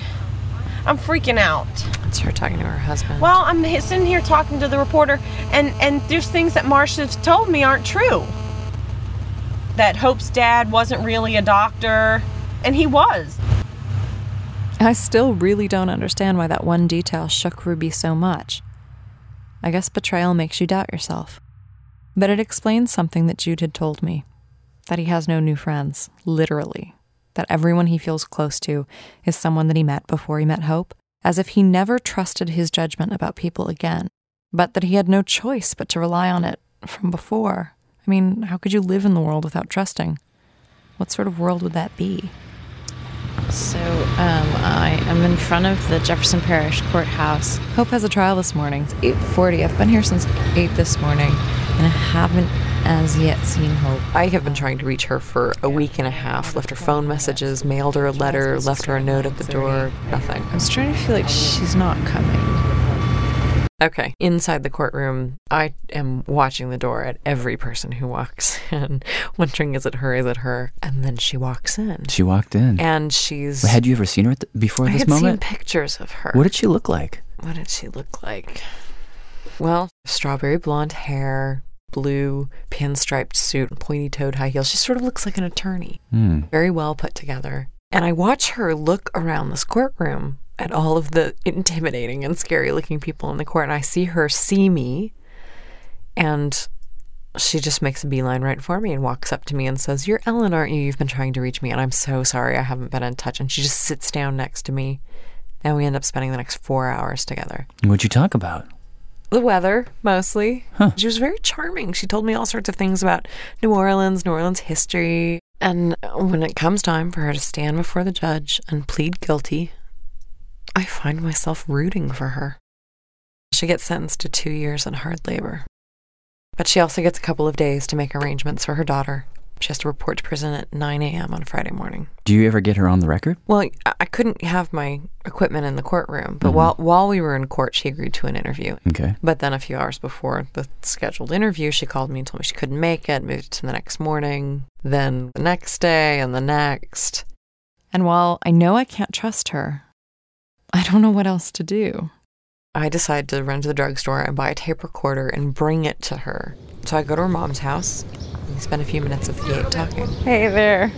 [SPEAKER 5] I'm freaking out.
[SPEAKER 6] It's her talking to her husband.
[SPEAKER 5] Well, I'm h- sitting here talking to the reporter, and and there's things that Marsha's told me aren't true.
[SPEAKER 25] that Hope's dad wasn't really a doctor, and he was.
[SPEAKER 21] I still really don't understand why that one detail shook Ruby so much. I guess betrayal makes you doubt yourself. But it explains something that Jude had told me that he has no new friends, literally. That everyone he feels close to is someone that he met before he met Hope, as if he never trusted his judgment about people again, but that he had no choice but to rely on it from before. I mean, how could you live in the world without trusting? What sort of world would that be?
[SPEAKER 5] So um, I am in front of the Jefferson Parish Courthouse.
[SPEAKER 21] Hope has a trial this morning. It's 8:40. I've been here since 8 this morning, and I haven't as yet seen Hope.
[SPEAKER 18] I have been trying to reach her for a week and a half, left her phone messages, mailed her a letter, left her a note at the door, nothing.
[SPEAKER 5] I was trying to feel like she's not coming.
[SPEAKER 18] Okay, inside the courtroom, I am watching the door at every person who walks in, wondering is it her, is it her? And then she walks in.
[SPEAKER 3] She walked in.
[SPEAKER 18] And she's.
[SPEAKER 3] Had you ever seen her at the, before
[SPEAKER 18] I
[SPEAKER 3] this
[SPEAKER 18] had
[SPEAKER 3] moment?
[SPEAKER 18] seen pictures of her.
[SPEAKER 3] What did she look like?
[SPEAKER 18] What did she look like? Well, strawberry blonde hair, blue pinstriped suit, and pointy toed high heels. She sort of looks like an attorney,
[SPEAKER 3] Hmm.
[SPEAKER 18] very well put together. And I watch her look around this courtroom at all of the intimidating and scary looking people in the court. And I see her see me, and she just makes a beeline right for me and walks up to me and says, You're Ellen, aren't you? You've been trying to reach me, and I'm so sorry I haven't been in touch. And she just sits down next to me. And we end up spending the next four hours together
[SPEAKER 3] What'd you talk about?
[SPEAKER 18] the weather mostly. She was very charming. She told me all sorts of things about New Orleans, New Orleans history. And when it comes time for her to stand before the judge and plead guilty, I find myself rooting for her. She gets sentenced to two years in hard labor. But she also gets a couple of days to make arrangements for her daughter. She has to report to prison at 9 a.m. on Friday morning.
[SPEAKER 3] Do you ever get her on the record?
[SPEAKER 18] Well, I- I couldn't have my equipment in the courtroom, but while, while we were in court, she agreed to an interview.
[SPEAKER 3] Okay.
[SPEAKER 18] But then a few hours before the scheduled interview, she called me and told me she couldn't make it, moved it to the next morning, then the next day, and the next.
[SPEAKER 21] And while I know I can't trust her, I don't know what else to do.
[SPEAKER 18] I decide to run to the drugstore and buy a tape recorder and bring it to her. So I go to her mom's house. We spend a few minutes at the gate talking.
[SPEAKER 5] Hey there.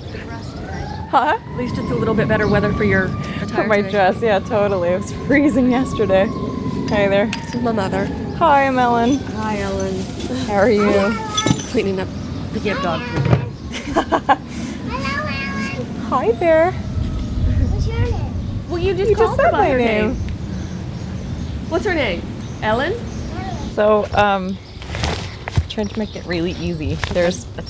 [SPEAKER 5] Huh? At least it's a little bit better weather for your for my dress. Yeah, totally. It was freezing yesterday. Hey there. This is my mother. Hi, I'm Ellen. Hi, Ellen. How are you? Cleaning up the gift dog food. Hi there.
[SPEAKER 6] What's your name?
[SPEAKER 5] Well, you just
[SPEAKER 6] called her by her name.
[SPEAKER 5] What's her name? Ellen. So, um, trying to make it really easy. There's a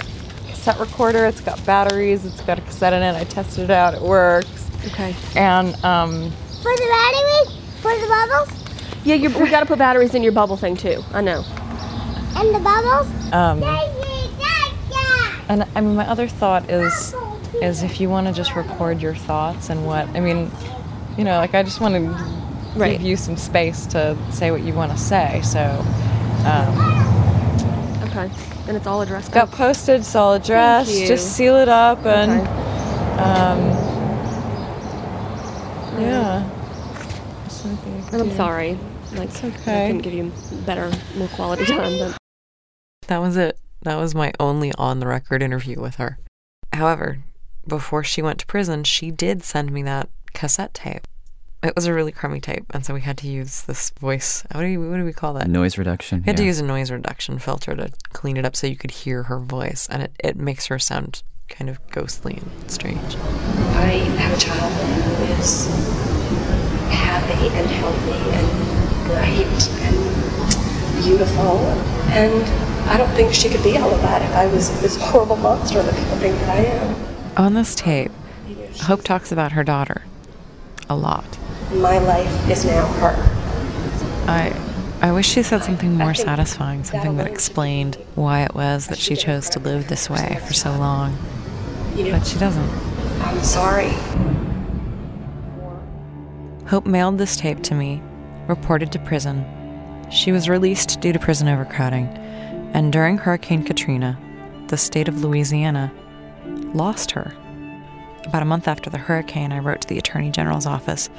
[SPEAKER 5] cassette recorder. It's got batteries. It's got a cassette in it. I tested it out. It works. Okay. And um,
[SPEAKER 6] For the batteries? For the bubbles?
[SPEAKER 5] yeah, you we got to put batteries in your bubble thing too. I know.
[SPEAKER 6] And the bubbles?
[SPEAKER 5] Um,
[SPEAKER 6] Daisy,
[SPEAKER 5] And I mean, my other thought is, is if you want to just record your thoughts and what I mean, you know, like I just want to give you some space to say what you want to say. So, um, okay, and it's all addressed. Got posted, it's all addressed.
[SPEAKER 26] you.
[SPEAKER 5] Just seal it up and, um,
[SPEAKER 26] Alright.
[SPEAKER 5] yeah. There's nothing I can
[SPEAKER 26] And I'm
[SPEAKER 5] do.
[SPEAKER 26] sorry. Like,
[SPEAKER 5] It's
[SPEAKER 26] I
[SPEAKER 5] okay.
[SPEAKER 26] couldn't give you better, more quality time. But
[SPEAKER 18] That was it. That was my only on the record interview with her. However, before she went to prison, she did send me that cassette tape. It was a really crummy tape, and so we had to use this voice. What do you, what do we call that?
[SPEAKER 3] Noise reduction,
[SPEAKER 18] We had to
[SPEAKER 3] yeah.
[SPEAKER 18] use a noise reduction filter to clean it up so you could hear her voice, and it, it makes her sound kind of ghostly and strange.
[SPEAKER 4] I have a child who is happy and healthy and bright and beautiful. And I don't think she could be all of that if I was this horrible monster that people think that I am.
[SPEAKER 18] On this tape, Hope talks about her daughter a lot.
[SPEAKER 4] My life is now her.
[SPEAKER 18] I I wish she said something more satisfying, something that explained why it was that she chose to live this way for so long. But she doesn't.
[SPEAKER 4] I'm sorry.
[SPEAKER 18] Hope mailed this tape to me, reported to prison. She was released due to prison overcrowding, and during Hurricane Katrina, the state of Louisiana lost her. About a month after the hurricane, I wrote to the Attorney General's office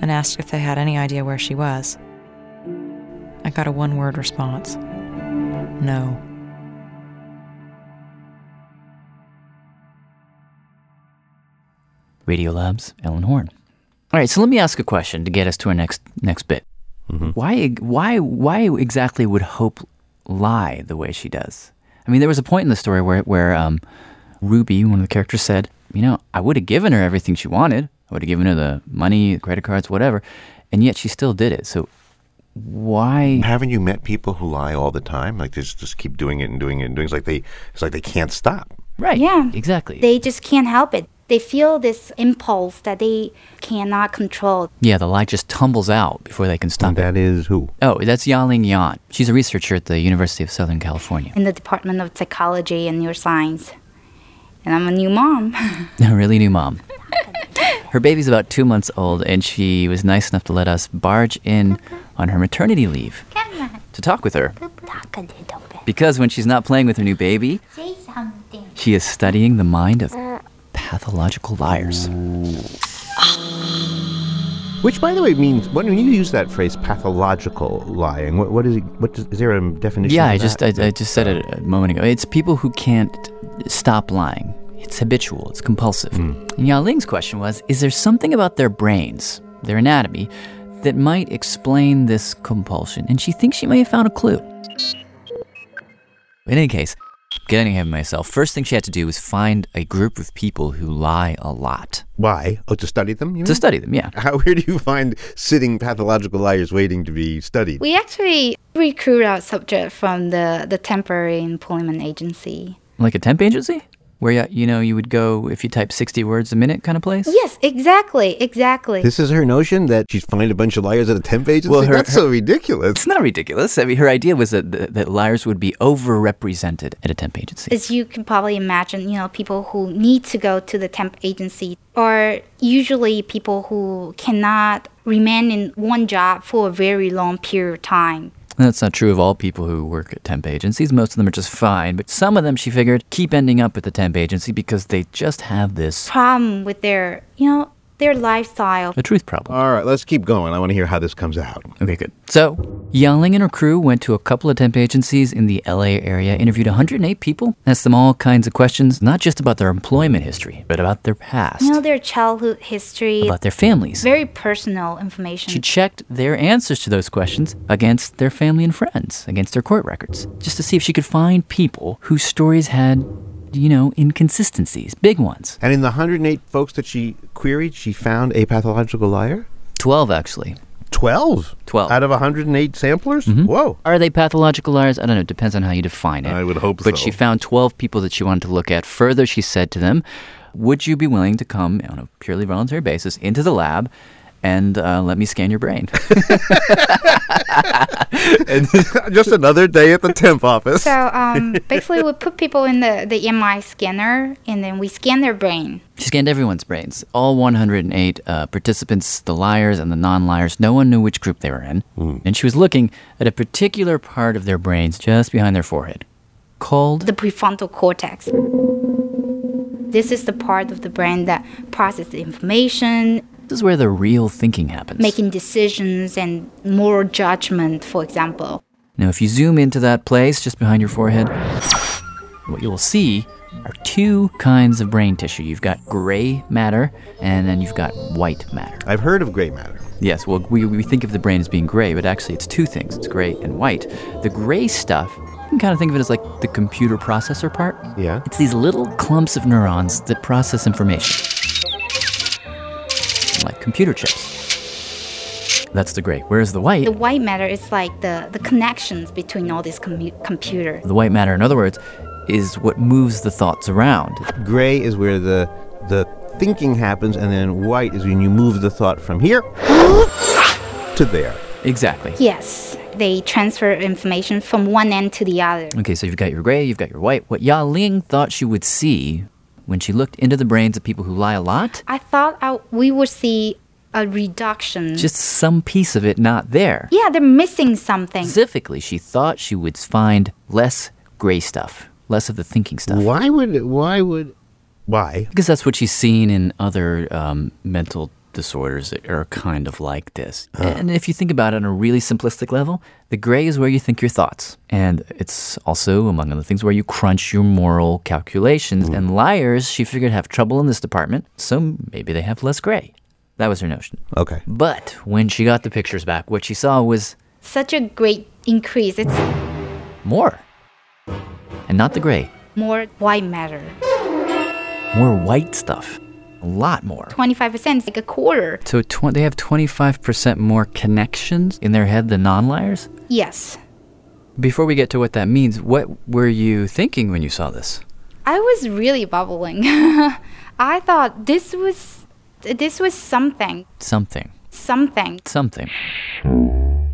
[SPEAKER 18] and asked if they had any idea where she was. I got a one word response no.
[SPEAKER 3] Radiolabs, Ellen Horn. All right, so let me ask a question to get us to our next next bit.
[SPEAKER 8] Mm-hmm.
[SPEAKER 3] Why why why exactly would Hope lie the way she does? I mean, there was a point in the story where where um, Ruby, one of the characters, said, "You know, I would have given her everything she wanted. I would have given her the money, credit cards, whatever, and yet she still did it." So why
[SPEAKER 8] haven't you met people who lie all the time? Like they just, just keep doing it and doing it and doing it. It's like they it's like they can't stop.
[SPEAKER 3] Right.
[SPEAKER 27] Yeah.
[SPEAKER 3] Exactly.
[SPEAKER 27] They just can't help it. They feel this impulse that they cannot control.
[SPEAKER 3] Yeah, the light just tumbles out before they can stop and
[SPEAKER 8] That is who?
[SPEAKER 3] Oh, that's Yaling Yan. She's a researcher at the University of Southern California.
[SPEAKER 27] In the Department of Psychology and Neuroscience. And I'm a new mom.
[SPEAKER 3] A really new mom. Her baby's about two months old, and she was nice enough to let us barge in on her maternity leave to talk with her.
[SPEAKER 27] Talk a little bit.
[SPEAKER 3] Because when she's not playing with her new baby,
[SPEAKER 27] Say something.
[SPEAKER 3] she is studying the mind of pathological liars.
[SPEAKER 8] Which, by the way, means when you use that phrase "pathological lying," what, what is it? What is, is there a definition?
[SPEAKER 3] Yeah,
[SPEAKER 8] for
[SPEAKER 3] I just I,
[SPEAKER 8] that?
[SPEAKER 3] I just said it a moment ago. It's people who can't stop lying. It's habitual. It's compulsive.
[SPEAKER 8] Hmm.
[SPEAKER 3] And Yao Ling's question was: Is there something about their brains, their anatomy, that might explain this compulsion? And she thinks she may have found a clue. In any case, getting ahead of myself. First thing she had to do was find a group of people who lie a lot.
[SPEAKER 8] Why? Oh, to study them? You
[SPEAKER 3] To study them, yeah.
[SPEAKER 8] How where do you find sitting pathological liars waiting to be studied?
[SPEAKER 27] We actually recruit our subject from the, the temporary employment agency.
[SPEAKER 3] Like a temp agency, where you, you know you would go if you type sixty words a minute, kind of place.
[SPEAKER 27] Yes, exactly, exactly.
[SPEAKER 8] This is her notion that she's find a bunch of liars at a temp agency.
[SPEAKER 3] Well, her-
[SPEAKER 8] that's so ridiculous.
[SPEAKER 3] It's not ridiculous. I mean, her idea was that that, that liars would be overrepresented at a temp agency.
[SPEAKER 27] As you can probably imagine, you know, people who need to go to the temp agency are usually people who cannot remain in one job for a very long period of time.
[SPEAKER 3] That's not true of all people who work at temp agencies. Most of them are just fine, but some of them, she figured, keep ending up at the temp agency because they just have this
[SPEAKER 27] Problem with their, you know, their lifestyle.
[SPEAKER 3] a truth problem.
[SPEAKER 8] All right, let's keep going. I want to hear how this comes out.
[SPEAKER 3] Okay, good. So, Yangling and her crew went to a couple of temp agencies in the LA area, interviewed 108 people, asked them all kinds of questions, not just about their employment history, but about their past,
[SPEAKER 27] You know, their childhood history.
[SPEAKER 3] about their families.
[SPEAKER 27] Very personal information.
[SPEAKER 3] She checked their answers to those questions against their family and friends, against their court records, just to see if she could find people whose stories had, you know, inconsistencies, big ones.
[SPEAKER 8] And in the 108 folks that she queried, she found a pathological liar?
[SPEAKER 3] 12, actually.
[SPEAKER 8] 12?
[SPEAKER 3] 12.
[SPEAKER 8] Out of 108 samplers? Whoa.
[SPEAKER 3] Are they pathological liars? I don't know. It depends on how you define it. I would hope But
[SPEAKER 8] so.
[SPEAKER 3] she found 12 people that she wanted to look at. Further, she said to them, Would you be willing to come on a purely voluntary basis into the lab and uh, let me scan your brain?
[SPEAKER 8] and just another day at the temp office.
[SPEAKER 27] So um, basically, we put people in the, the MRI scanner and then we scan their brain.
[SPEAKER 3] She scanned everyone's brains, all 108 uh, participants, the liars and the non liars. No one knew which group they were in. And she was looking at a particular part of their brains just behind their forehead called
[SPEAKER 27] The prefrontal cortex. This is the part of the brain that processes the information,
[SPEAKER 3] This is where the real thinking happens.
[SPEAKER 27] making decisions, and moral judgment, for example.
[SPEAKER 3] Now, if you zoom into that place just behind your forehead, what you will see are two kinds of brain tissue. You've got gray matter, and then you've got white matter.
[SPEAKER 8] I've heard of gray matter.
[SPEAKER 3] Yes, well, we, we think of the brain as being gray, but actually it's two things it's gray and white. The gray stuff, you can kind of think of it as like the computer processor part.
[SPEAKER 8] Yeah.
[SPEAKER 3] It's these little clumps of neurons that process information, like computer chips. That's the gray. Whereas the white,
[SPEAKER 27] The white matter is like the, the connections between all these commu- computers.
[SPEAKER 3] The white matter, in other words, is what moves the thoughts around.
[SPEAKER 8] Gray is where the the thinking happens, and then white is when you move the thought from here to there.
[SPEAKER 3] Exactly.
[SPEAKER 27] Yes, they transfer information from one end to the other.
[SPEAKER 3] Okay, so you've got your gray, you've got your white. What Ya Ling thought she would see when she looked into the brains of people who lie a lot,
[SPEAKER 27] I thought I, we would see a reduction.
[SPEAKER 3] just some piece of it not there.
[SPEAKER 27] yeah, they're missing something.
[SPEAKER 3] Specifically, she thought she would find less gray stuff, less of the thinking stuff.
[SPEAKER 8] Why would why would why?
[SPEAKER 3] Because that's what she's seen in other um, mental disorders are kind of like this. And if you think about it on a really simplistic level, the gray is where you think your thoughts. And it's also, among other things, where you crunch your moral calculations.
[SPEAKER 8] Hmm.
[SPEAKER 3] And liars, she figured, have trouble in this department, so maybe they have less gray. That was her notion.
[SPEAKER 8] Okay.
[SPEAKER 3] But when she got the pictures back, what she saw was
[SPEAKER 27] Such a great increase. It's
[SPEAKER 3] more. And not the gray,
[SPEAKER 27] more white matter.
[SPEAKER 3] more white stuff. A lot more.
[SPEAKER 27] 25% is like a quarter.
[SPEAKER 3] So tw- they have 25% more connections in their head than non liars?
[SPEAKER 27] Yes.
[SPEAKER 3] Before we get to what that means, what were you thinking when you saw this?
[SPEAKER 27] I was really bubbling. I thought this was this was something.
[SPEAKER 3] Something.
[SPEAKER 27] Something.
[SPEAKER 3] Something.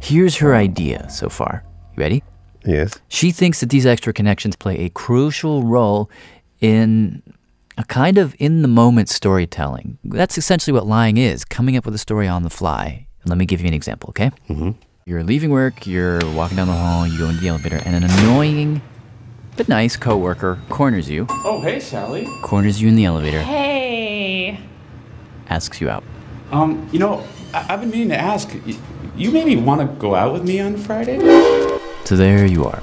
[SPEAKER 3] Here's her idea so far. You ready?
[SPEAKER 8] Yes.
[SPEAKER 3] She thinks that these extra connections play a crucial role in a kind of in the moment storytelling. That's essentially what lying is coming up with a story on the fly. And let me give you an example, okay? Mm-hmm. You're leaving work, you're walking down the hall, you go into the elevator, and an annoying but nice coworker corners you,
[SPEAKER 4] Oh, hey, Sally.
[SPEAKER 3] corners you in the elevator,
[SPEAKER 4] Hey.
[SPEAKER 3] asks you out.
[SPEAKER 4] Um, you know, I- I've been meaning to ask. y- You maybe want to go out with me on Friday?
[SPEAKER 3] So there you are.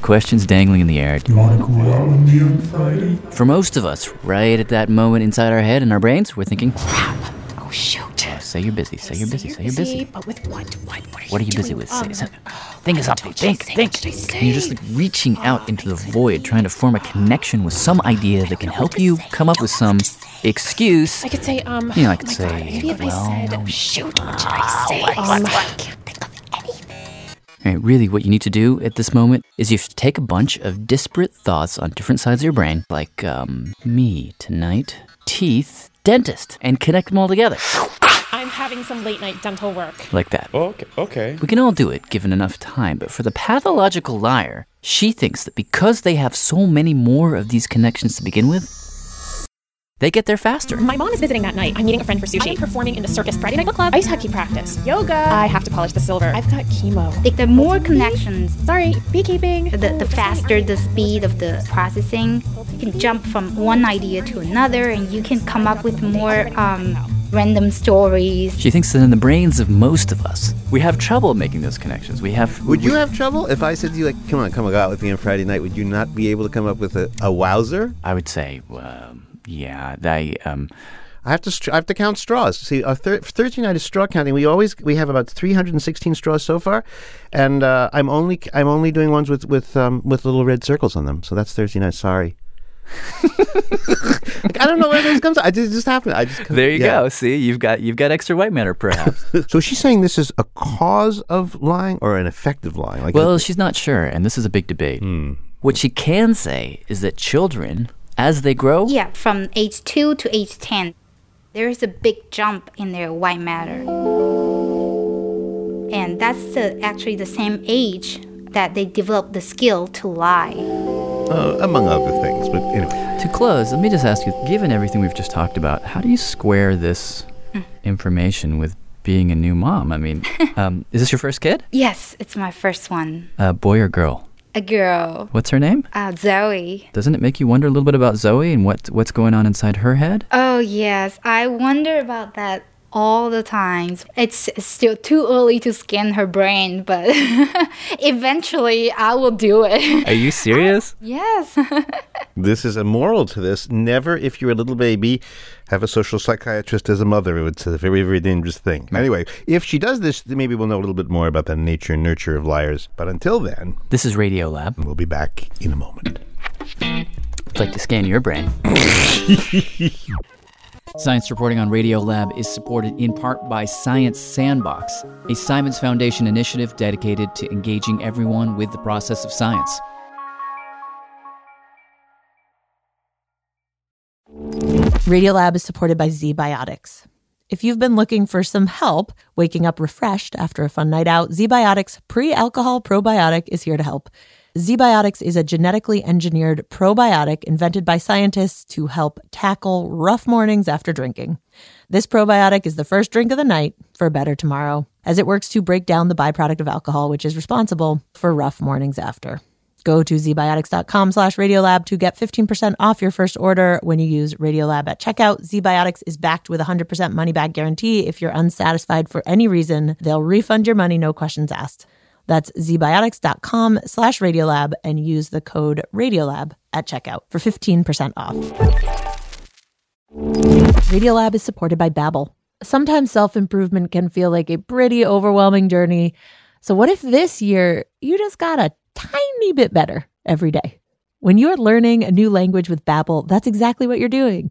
[SPEAKER 3] Questions dangling in the air. You want to go out with me on Friday? For most of us, right at that moment inside our head and our brains, we're thinking, crap.
[SPEAKER 4] Oh, shoot.
[SPEAKER 3] say you're busy, say you're busy, say you're busy.
[SPEAKER 4] But with what? What?
[SPEAKER 3] What are you busy with?
[SPEAKER 4] Um,
[SPEAKER 3] Say, say- think of something. Think, think. And you're just like reaching out into the void, trying to form a connection with some idea that can help you come up with some excuse.
[SPEAKER 4] I could say, um,
[SPEAKER 3] You know, I could
[SPEAKER 4] oh
[SPEAKER 3] say,
[SPEAKER 4] my God, maybe if
[SPEAKER 3] well, Ah,
[SPEAKER 4] I said, shoot, what should I say? Um,
[SPEAKER 3] Right, really, what you need to do at this moment is you have to take a bunch of disparate thoughts on different sides of your brain, like um, me tonight, teeth, dentist, and connect them all together,
[SPEAKER 4] I'm having some late night dental work.
[SPEAKER 3] like that.
[SPEAKER 4] Oh, Okay. Okay.
[SPEAKER 3] We can all do it given enough time, but for the pathological liar, she thinks that because they have so many more of these connections to begin with, they get there faster.
[SPEAKER 4] My mom is visiting that night. I'm meeting a friend for sushi. I'm performing in the circus Friday night book club. Ice hockey practice. Yoga. I have to polish the silver. I've got chemo.
[SPEAKER 27] Like the more connections.
[SPEAKER 4] Sorry, beekeeping.
[SPEAKER 27] The, the faster the speed of the processing. You can jump from one idea to another and you can come up with more um, random stories.
[SPEAKER 3] She thinks that in the brains of most of us, we have trouble making those connections. We have.
[SPEAKER 8] Would you have trouble if I said to you, like, come on, come out with me on Friday night? Would you not be able to come up with a, a wowzer?
[SPEAKER 3] I would say, um, yeah, they. Um,
[SPEAKER 8] I have to. Str- I have to count straws. See, our thir- Thursday night is straw counting. We always we have about 316 straws so far, and uh, I'm only I'm only doing ones with with um, with little red circles on them. So that's Thursday night. Sorry. Like, I don't know where this comes. I just, it just happened. I just
[SPEAKER 3] There you
[SPEAKER 8] yeah.
[SPEAKER 3] go. See, you've got you've got extra white matter, perhaps.
[SPEAKER 8] so she's saying this is a cause of lying or an effective lying. Like
[SPEAKER 3] well, she's not sure, and this is a big debate.
[SPEAKER 4] Hmm.
[SPEAKER 3] What she can say is that children, as they grow,
[SPEAKER 27] Yeah, from age 2 to age 10, there is a big jump in their white matter. And that's the, actually the same age that they develop the skill to lie.
[SPEAKER 8] uh, among other things, but anyway.
[SPEAKER 3] To close, let me just ask you given everything we've just talked about, how do you square this information with being a new mom? I mean, um, is this your first kid?
[SPEAKER 27] Yes, it's my first one.
[SPEAKER 3] Uh, boy or girl?
[SPEAKER 27] A girl.
[SPEAKER 3] What's her name?
[SPEAKER 27] Uh, Zoe.
[SPEAKER 3] Doesn't it make you wonder a little bit about Zoe and what, what's going on inside her head?
[SPEAKER 27] Oh, yes. I wonder about that all the times. It's still too early to scan her brain, but eventually I will do it.
[SPEAKER 3] Are you serious?
[SPEAKER 27] yes.
[SPEAKER 8] This is a moral to this. Never, if you're a little baby, have a social psychiatrist as a mother. It's a very, very dangerous thing. Anyway, if she does this, then maybe we'll know a little bit more about the nature and nurture of liars. But until then,
[SPEAKER 3] this is Radio Lab.
[SPEAKER 8] We'll be back in a moment.
[SPEAKER 3] I'd like to scan your brain. Science reporting on Radio Lab is supported in part by Science Sandbox, a Simons Foundation initiative dedicated to engaging everyone with the process of science.
[SPEAKER 1] Radiolab is supported by ZBiotics. If you've been looking for some help waking up refreshed after a fun night out, ZBiotics pre alcohol probiotic is here to help. ZBiotics is a genetically engineered probiotic invented by scientists to help tackle rough mornings after drinking. This probiotic is the first drink of the night for a better tomorrow, as it works to break down the byproduct of alcohol, which is responsible for rough mornings after. Go to zbiotics.com slash radiolab to get 15% off your first order when you use Radiolab at checkout. Zbiotics is backed with a 100% money back guarantee. If you're unsatisfied for any reason, they'll refund your money, no questions asked. That's zbiotics.com slash radiolab and use the code radiolab at checkout for 15% off. Radiolab is supported by Babbel. Sometimes self-improvement can feel like a pretty overwhelming journey. So what if this year you just got a tiny bit better every day? When you're learning a new language with Babbel, that's exactly what you're doing.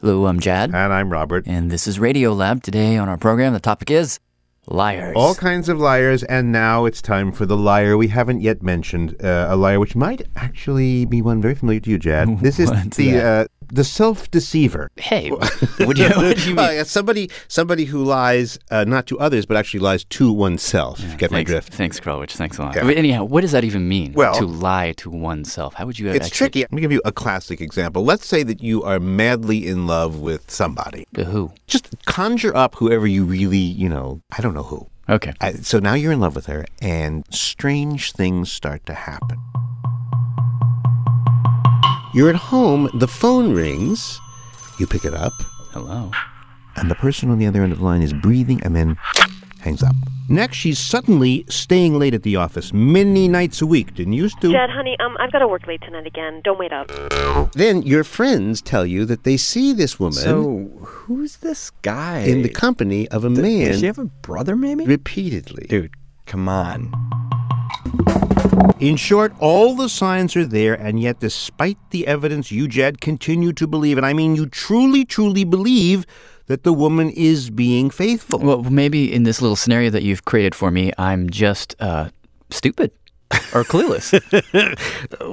[SPEAKER 3] Hello, I'm Jad.
[SPEAKER 8] And I'm Robert.
[SPEAKER 3] And this is Radiolab. Today on our program, the topic is liars.
[SPEAKER 8] All kinds of liars, and now it's time for the liar we haven't yet mentioned. Uh, a liar which might actually be one very familiar to you, Jad. This is
[SPEAKER 3] What's
[SPEAKER 8] the uh,
[SPEAKER 3] that?
[SPEAKER 8] the self deceiver.
[SPEAKER 3] Hey, would you, what do you mean?
[SPEAKER 8] Uh, somebody somebody who lies uh, not to others but actually lies to oneself. if you get my
[SPEAKER 3] Thanks,
[SPEAKER 8] drift.
[SPEAKER 3] thanks, Krulwich. Thanks a lot.
[SPEAKER 8] Yeah.
[SPEAKER 3] But anyhow, what does that even mean?
[SPEAKER 8] Well-
[SPEAKER 3] to lie to oneself. How would you?
[SPEAKER 8] It's
[SPEAKER 3] actually-
[SPEAKER 8] tricky. Let me give you a classic example. Let's say that you are madly in love with somebody.
[SPEAKER 3] Who?
[SPEAKER 8] Just conjure up whoever you really, you know, I don't know who.
[SPEAKER 3] Okay.
[SPEAKER 8] I, so now you're in love with her, and strange things start to happen. You're at home, the phone rings, you pick it up.
[SPEAKER 3] Hello.
[SPEAKER 8] And the person on the other end of the line is breathing and then hangs up. Next, she's suddenly staying late at the office many nights a week. Didn't used to.
[SPEAKER 12] Jed, honey, um, I've got to work late tonight again. Don't wait up.
[SPEAKER 8] Then your friends tell you that they see this woman
[SPEAKER 12] So,
[SPEAKER 8] who's this
[SPEAKER 12] guy?
[SPEAKER 8] in the company of a
[SPEAKER 12] Th-
[SPEAKER 8] man.
[SPEAKER 12] does she have
[SPEAKER 8] a brother, maybe? Repeatedly. Dude, come on. In short, all the signs are there, and yet, despite the evidence, you, Jed, continue to believe, and I mean, you truly, truly believe that the woman is being faithful.
[SPEAKER 3] Well, maybe in this little scenario that you've created for me, I'm just uh, stupid or clueless.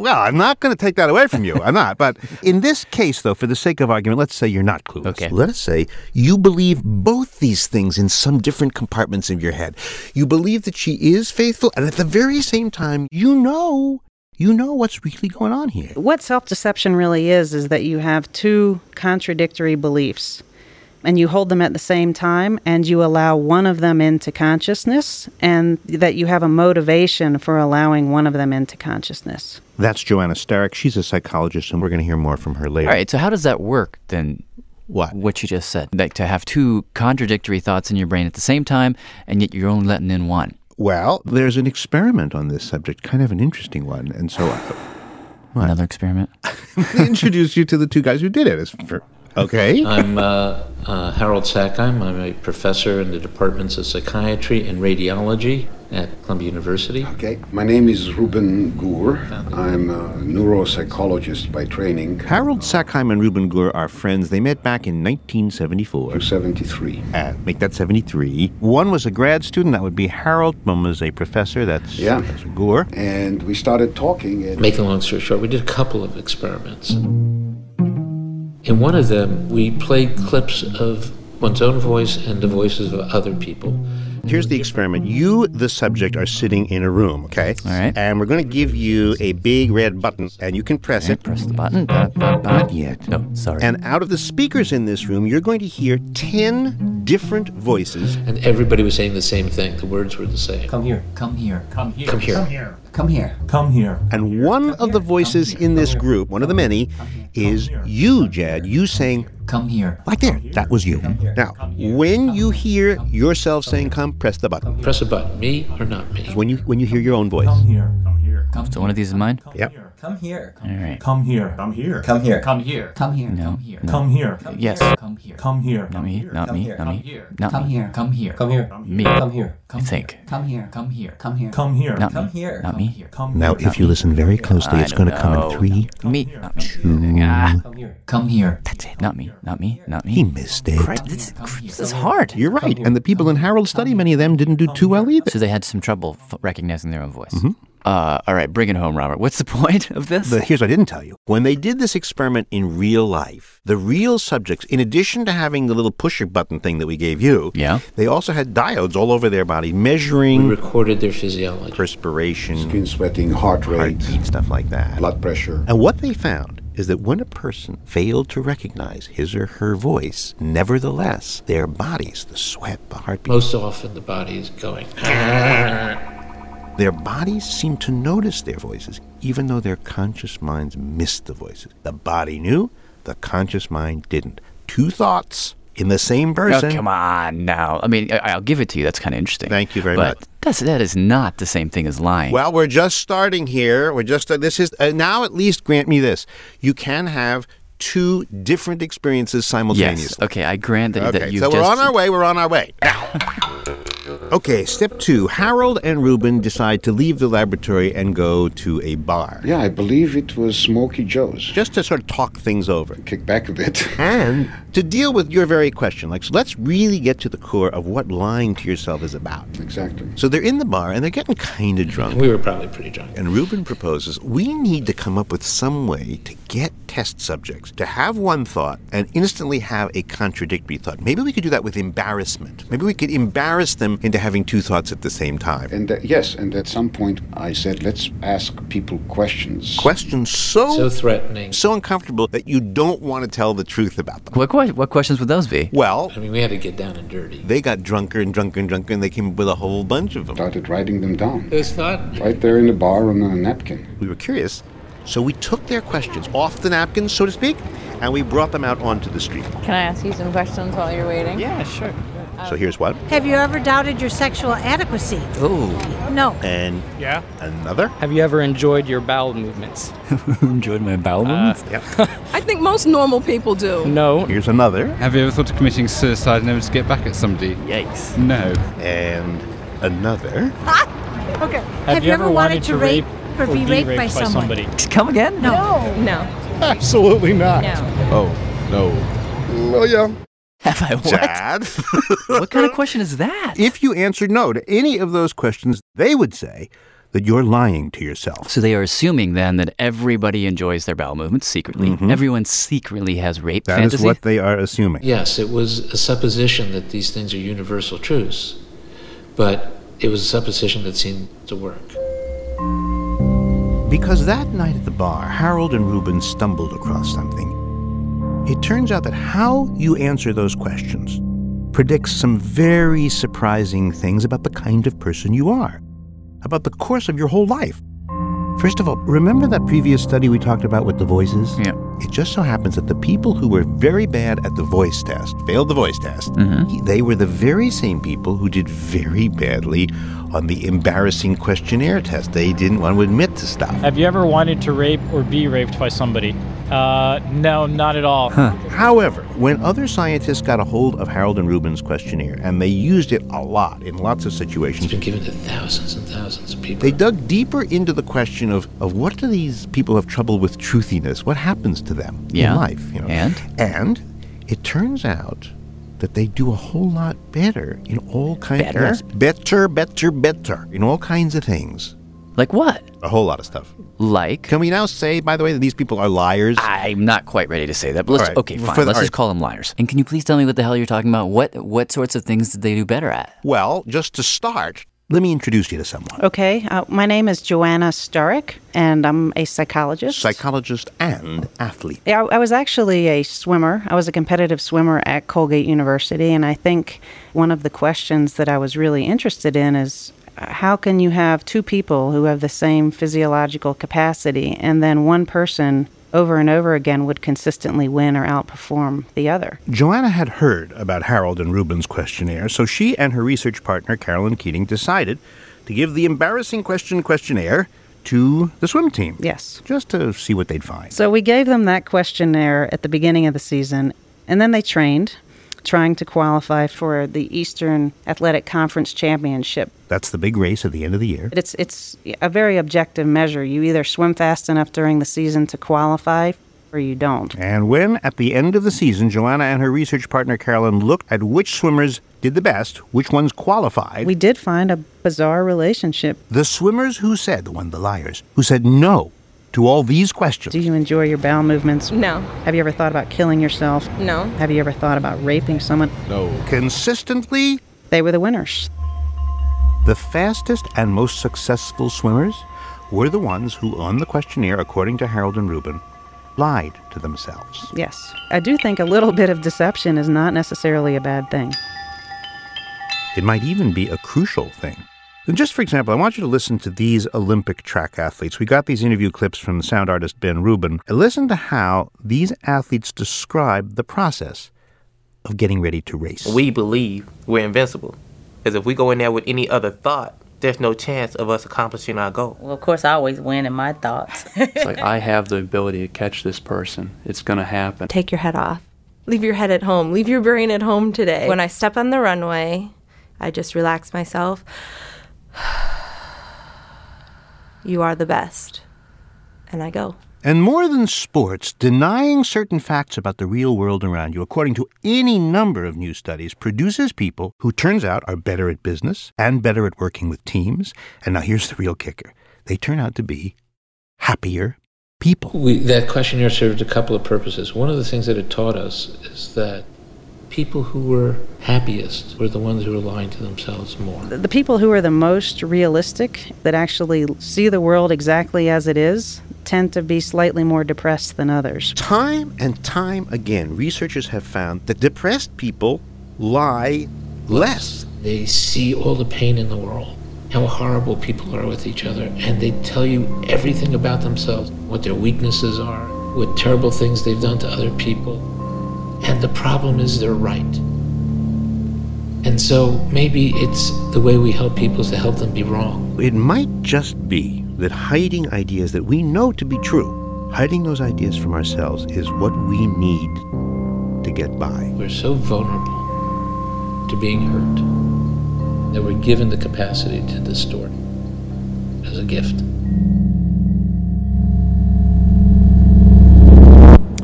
[SPEAKER 8] well, I'm not going to take that away from you. I'm not. But in this case, though, for the sake of argument, let's say you're not clueless. Okay. Let us say you believe both these things in some different compartments of your head. You believe that she is faithful, and at the very same time, you know, you know what's really going on here.
[SPEAKER 13] What self deception really is, is that you have two contradictory beliefs and you hold them at the same time and you allow one of them into consciousness and that you have a motivation for allowing one of them into consciousness.
[SPEAKER 8] That's Joanna Starrick. She's a psychologist, and we're going to hear more from her
[SPEAKER 3] All
[SPEAKER 8] later.
[SPEAKER 3] right. So how does that work then?
[SPEAKER 8] What?
[SPEAKER 3] What you just said, like to have two contradictory thoughts in your brain at the same time, and yet you're only letting in one.
[SPEAKER 8] Well, there's an experiment on this subject, kind of an interesting one, and so
[SPEAKER 3] another experiment.
[SPEAKER 8] introduce you to the two guys who did it. It's for- okay.
[SPEAKER 14] I'm uh, uh, Harold Sackheim. I'm a professor in the departments of psychiatry and radiology at Columbia University.
[SPEAKER 22] Okay. My name is Ruben Gur. I'm a neuropsychologist by training.
[SPEAKER 8] Harold Sackheim and Ruben Gleur are friends. They met back in 1974. 73. Uh, make that 73. One was a grad student, that would be Harold. One was a professor, that's
[SPEAKER 22] Yeah.
[SPEAKER 8] Professor Gleur.
[SPEAKER 22] And we started talking. And
[SPEAKER 14] Make a long story short, we did a couple of experiments. In one of them, we played clips of one's own voice and the voices of other people.
[SPEAKER 8] Here's the experiment. You, the subject, are sitting in a room, okay? All right. And we're going to give you a big red button, and you can press it. Press the button. Not yet.
[SPEAKER 3] No, sorry.
[SPEAKER 8] And out of the speakers in this room, you're going to hear 10 different voices.
[SPEAKER 14] And everybody was saying the same thing. The words were the same. Come here.
[SPEAKER 3] Come here. Come here.
[SPEAKER 14] Come here. Come
[SPEAKER 3] here. Come here. Come here.
[SPEAKER 8] And one of the voices in this group, one of the many, is you, Jed. You saying,
[SPEAKER 3] Come here.
[SPEAKER 8] Right there. That was you. Now, when you hear yourself saying come, press the button.
[SPEAKER 14] Press a button. Me or not me?
[SPEAKER 8] When you when you hear your own voice.
[SPEAKER 3] So one of these is mine.
[SPEAKER 8] Yep.
[SPEAKER 2] Come here.
[SPEAKER 3] All right.
[SPEAKER 16] Come here. Come here. Come here.
[SPEAKER 17] Come here. Come here.
[SPEAKER 3] No.
[SPEAKER 17] Come here.
[SPEAKER 3] No.
[SPEAKER 16] Come here.
[SPEAKER 3] Yes.
[SPEAKER 17] Come here.
[SPEAKER 16] Come here.
[SPEAKER 3] Not me. Not
[SPEAKER 17] Come
[SPEAKER 3] me.
[SPEAKER 17] here.
[SPEAKER 3] Not
[SPEAKER 17] Come
[SPEAKER 3] me.
[SPEAKER 17] here.
[SPEAKER 3] Not
[SPEAKER 17] Come
[SPEAKER 3] me.
[SPEAKER 17] here. Come here. Come here.
[SPEAKER 3] Me.
[SPEAKER 17] Come here.
[SPEAKER 3] I think.
[SPEAKER 17] Come here. Come here. Come here.
[SPEAKER 16] Come here.
[SPEAKER 3] Not
[SPEAKER 17] Come
[SPEAKER 3] me.
[SPEAKER 17] here.
[SPEAKER 3] Not me.
[SPEAKER 8] Now,
[SPEAKER 3] Not
[SPEAKER 8] if you
[SPEAKER 3] me.
[SPEAKER 8] listen very closely,
[SPEAKER 3] I
[SPEAKER 8] it's going to
[SPEAKER 3] don't
[SPEAKER 8] come in
[SPEAKER 3] know.
[SPEAKER 8] three,
[SPEAKER 3] Me. Not me.
[SPEAKER 8] two.
[SPEAKER 17] Come here. Come here.
[SPEAKER 3] That's it. Not me. Not me. Not me.
[SPEAKER 8] He missed it.
[SPEAKER 3] This,
[SPEAKER 17] this
[SPEAKER 3] is hard.
[SPEAKER 8] You're right. And the people in Harold's study, many of them didn't do too well either. Mm-hmm.
[SPEAKER 3] So they had some trouble f- recognizing their own voice. Uh, all right, bring it home, Robert. What's the point of this?
[SPEAKER 8] But here's what I didn't tell you. When they did this experiment in real life, the real subjects, in addition to having the little pusher button thing that we gave you, yeah. they also had diodes all over their body measuring.
[SPEAKER 16] We
[SPEAKER 8] recorded their physiology. Perspiration.
[SPEAKER 22] Skin sweating, heart rate.
[SPEAKER 8] stuff like that.
[SPEAKER 22] Blood pressure.
[SPEAKER 8] And what they found is that when a person failed to recognize his or her voice, nevertheless, their bodies, the sweat, the heartbeat,
[SPEAKER 14] Most often the body is going.
[SPEAKER 8] their bodies seem to notice their voices, even though their conscious minds missed the voices. The body knew, the conscious mind didn't. Two thoughts in the same person.
[SPEAKER 3] Oh, come on now. I mean, I- I'll give it to you. That's kind of interesting. Thank
[SPEAKER 8] you very
[SPEAKER 3] but much. That's, that is not the same thing as lying.
[SPEAKER 8] Well, we're just starting here. We're just this is uh, now at least grant me this. You can have two different experiences simultaneously.
[SPEAKER 3] yes. Okay, I grant that,
[SPEAKER 8] okay,
[SPEAKER 3] that you've
[SPEAKER 8] so we're
[SPEAKER 3] just.
[SPEAKER 8] on our way. We're on our way now. Okay, step two. Harold and Ruben decide to leave the laboratory and go to a bar.
[SPEAKER 22] Yeah, I believe it was Smoky Joe's.
[SPEAKER 8] Just to sort of talk things over.
[SPEAKER 22] Kick back a bit.
[SPEAKER 8] And to deal with your very question, like, so let's really get to the core of what lying to yourself is about.
[SPEAKER 22] Exactly.
[SPEAKER 8] So they're in the bar and they're getting kind of drunk.
[SPEAKER 14] We were probably pretty drunk.
[SPEAKER 8] And Ruben proposes we need to come up with some way to get test subjects to have one thought and instantly have a contradictory thought. Maybe we could do that with embarrassment. Maybe we could embarrass them into having two thoughts at the same time.
[SPEAKER 22] And uh, yes, and at some point I said, let's ask people questions.
[SPEAKER 8] Questions so,
[SPEAKER 22] So threatening.
[SPEAKER 8] so uncomfortable that you don't want to tell the truth about them.
[SPEAKER 3] What, que- what questions would those be?
[SPEAKER 8] Well,
[SPEAKER 14] I mean, we had to get down and dirty.
[SPEAKER 8] they got drunker and drunker and drunker, and they came up with a whole bunch of them.
[SPEAKER 22] Started writing them down.
[SPEAKER 14] It was fun.
[SPEAKER 22] Right there in the bar on a napkin.
[SPEAKER 8] We were curious, so we took their questions off the napkins, so to speak, and we brought them out onto the street.
[SPEAKER 4] Can I ask you some questions while you're waiting?
[SPEAKER 3] Yeah, sure.
[SPEAKER 8] So here's what.
[SPEAKER 24] Have you ever doubted your sexual adequacy?
[SPEAKER 3] Oh.
[SPEAKER 24] No.
[SPEAKER 8] And
[SPEAKER 24] Yeah.
[SPEAKER 8] another.
[SPEAKER 28] Have you ever enjoyed your bowel movements?
[SPEAKER 3] Enjoyed my bowel movements?
[SPEAKER 28] I think most normal people do. No.
[SPEAKER 8] Here's another.
[SPEAKER 29] Have you ever thought of committing suicide and ever to get back at somebody?
[SPEAKER 3] Yikes.
[SPEAKER 29] No.
[SPEAKER 8] And another.
[SPEAKER 4] Ah!
[SPEAKER 24] Okay. Have, you, ever wanted, to rape, or be raped, by, someone?
[SPEAKER 3] Come again?
[SPEAKER 24] No.
[SPEAKER 4] No.
[SPEAKER 8] Absolutely not.
[SPEAKER 4] No.
[SPEAKER 8] Oh, no.
[SPEAKER 24] Oh,
[SPEAKER 8] Well, yeah.
[SPEAKER 3] Have I
[SPEAKER 8] what? Chad?
[SPEAKER 3] what kind of question is that?
[SPEAKER 8] If you answered no to any of those questions, they would say that you're lying to yourself.
[SPEAKER 3] So they are assuming then that everybody enjoys their bowel movements secretly. Everyone secretly has rape
[SPEAKER 8] Mm-hmm. That is
[SPEAKER 3] fantasy.
[SPEAKER 8] what they are assuming.
[SPEAKER 14] Yes, it was a supposition that these things are universal truths, but it was a supposition that seemed to work.
[SPEAKER 8] Because that night at the bar, Harold and Reuben stumbled across something. It turns out that how you answer those questions predicts some very surprising things about the kind of person you are, about the course of your whole life. First of all, remember that previous study we talked about with the voices?
[SPEAKER 3] Yeah.
[SPEAKER 8] It just so happens that the people who were very bad at the voice test, failed the voice test, they were the very same people who did very badly on the embarrassing questionnaire test. They didn't want to admit to stuff.
[SPEAKER 28] Have you ever wanted to rape or be raped by somebody? Uh, no, not at all.
[SPEAKER 8] However, when other scientists got a hold of Harold and Rubin's questionnaire, and they used it a lot in lots of situations, it's been
[SPEAKER 14] given to thousands and thousands of people.
[SPEAKER 8] They dug deeper into the question of, of what do these people have trouble with truthiness? What happens to them
[SPEAKER 3] Yeah.
[SPEAKER 8] in life? You know?
[SPEAKER 3] And?
[SPEAKER 8] and it turns out that they do a whole lot better in all kinds
[SPEAKER 3] Better?
[SPEAKER 8] Yes, better, better, better in all kinds of things.
[SPEAKER 3] Like what?
[SPEAKER 8] A whole lot of stuff.
[SPEAKER 3] Like?
[SPEAKER 8] Can we now say, by the way, that these people are liars?
[SPEAKER 3] I'm not quite ready to say that. But let's, Okay, fine. let's just call them liars. And can you please tell me what the hell you're talking about? What what sorts of things did they do better at?
[SPEAKER 8] Well, just to start, let me introduce you to someone.
[SPEAKER 13] Okay, uh, my name is Joanna Sturek, and I'm a psychologist.
[SPEAKER 8] Psychologist and athlete.
[SPEAKER 13] Yeah, I I was actually a swimmer. I was a competitive swimmer at Colgate University, and I think one of the questions that I was really interested in is uh, how can you have two people who have the same physiological capacity and then one person over and over again would consistently win or outperform the other?
[SPEAKER 8] Joanna had heard about Harold and Rubin's questionnaire, so she and her research partner, Carolyn Keating, decided to give the embarrassing question questionnaire to the swim team.
[SPEAKER 13] Yes.
[SPEAKER 8] Just to see what they'd find.
[SPEAKER 13] So we gave them that questionnaire at the beginning of the season, and then they trained, trying to qualify for the Eastern Athletic Conference Championship.
[SPEAKER 8] That's the big race at the end of the year.
[SPEAKER 13] It's it's a very objective measure. You either swim fast enough during the season to qualify or you don't.
[SPEAKER 8] And when, at the end of the season, Joanna and her research partner Carolyn looked at which swimmers did the best, which ones qualified,
[SPEAKER 13] We did find a bizarre relationship.
[SPEAKER 8] the swimmers who said, the one, the liars, who said no to all these questions.
[SPEAKER 13] Do you enjoy your bowel movements?
[SPEAKER 4] No.
[SPEAKER 13] Have you ever thought about killing yourself?
[SPEAKER 4] No.
[SPEAKER 13] Have you ever thought about raping someone?
[SPEAKER 8] No. Consistently,
[SPEAKER 13] they were the winners.
[SPEAKER 8] The fastest and most successful swimmers were the ones who, on the questionnaire, according to Harold and Rubin, lied to themselves.
[SPEAKER 13] Yes. I do think a little bit of deception is not necessarily a bad thing.
[SPEAKER 8] It might even be a crucial thing. And just for example, I want you to listen to these Olympic track athletes. We got these interview clips from sound artist Ben Rubin. And listen to how these athletes describe the process of getting ready to race.
[SPEAKER 2] We believe we're invincible. Because if we go in there with any other thought, there's no chance of us accomplishing our goal.
[SPEAKER 7] Well, of course, I always win in my thoughts.
[SPEAKER 16] It's like, I have the ability to catch this person. It's going to happen.
[SPEAKER 19] Take your head off. Leave your head at home. Leave your brain at home today. When I step on the runway, I just relax myself. You are the best. And I go.
[SPEAKER 8] And more than sports, denying certain facts about the real world around you, according to any number of new studies, produces people who turns out are better at business and better at working with teams. And now here's the real kicker they turn out to be happier people.
[SPEAKER 14] We,
[SPEAKER 16] That questionnaire served a couple of purposes. One of the things that it taught us is that people who were happiest were the ones who were lying to themselves more.
[SPEAKER 13] The people who are the most realistic, that actually see the world exactly as it is, tend to be slightly more depressed than others.
[SPEAKER 8] Time and time again, researchers have found that depressed people lie less.
[SPEAKER 16] They see all the pain in the world, how horrible people are with each other, and they tell you everything about themselves what their weaknesses are, what terrible things they've done to other people. And the problem is they're right. And so maybe it's the way we help people is to help them be wrong.
[SPEAKER 8] It might just be that hiding ideas that we know to be true, hiding those ideas from ourselves, is what we need to get by.
[SPEAKER 16] We're so vulnerable to being hurt that we're given the capacity to distort as a gift.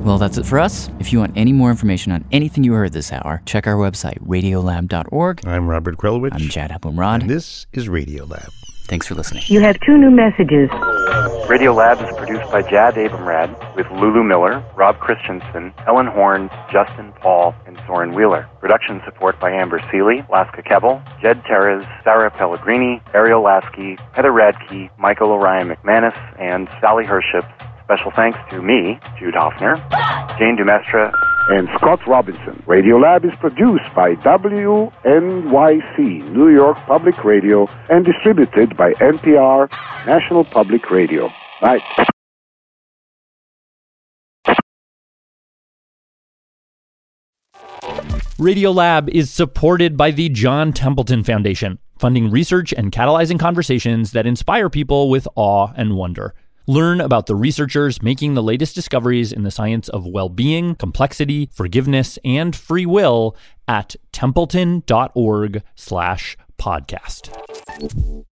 [SPEAKER 3] Well, that's it for us. If you want any more information on anything you heard this hour, check our website, radiolab.org.
[SPEAKER 8] I'm Robert Krelwich.
[SPEAKER 3] I'm Chad Heppenrod. And
[SPEAKER 8] this is Radiolab.
[SPEAKER 3] Thanks for listening.
[SPEAKER 21] You have two new messages.
[SPEAKER 23] Radio Labs is produced by Jad Abumrad with Lulu Miller, Rob Christensen, Ellen Horn, Justin Paul, and Soren Wheeler. Production support by Amber Seeley, Laska Kebbel, Jed Perez, Sarah Pellegrini, Ariel Lasky, Heather Radke, Michael Orion McManus, and Sally Hership. Special thanks to me, Jude Hoffner, Jane Dumestra,
[SPEAKER 30] and Scott Robinson. Radiolab is produced by WNYC, New York Public Radio, and distributed by NPR, National Public Radio. Bye.
[SPEAKER 31] Radiolab is supported by the John Templeton Foundation, funding research and catalyzing conversations that inspire people with awe and wonder. Learn about the researchers making the latest discoveries in the science of well being, complexity, forgiveness, and free will at templeton.org/slash podcast.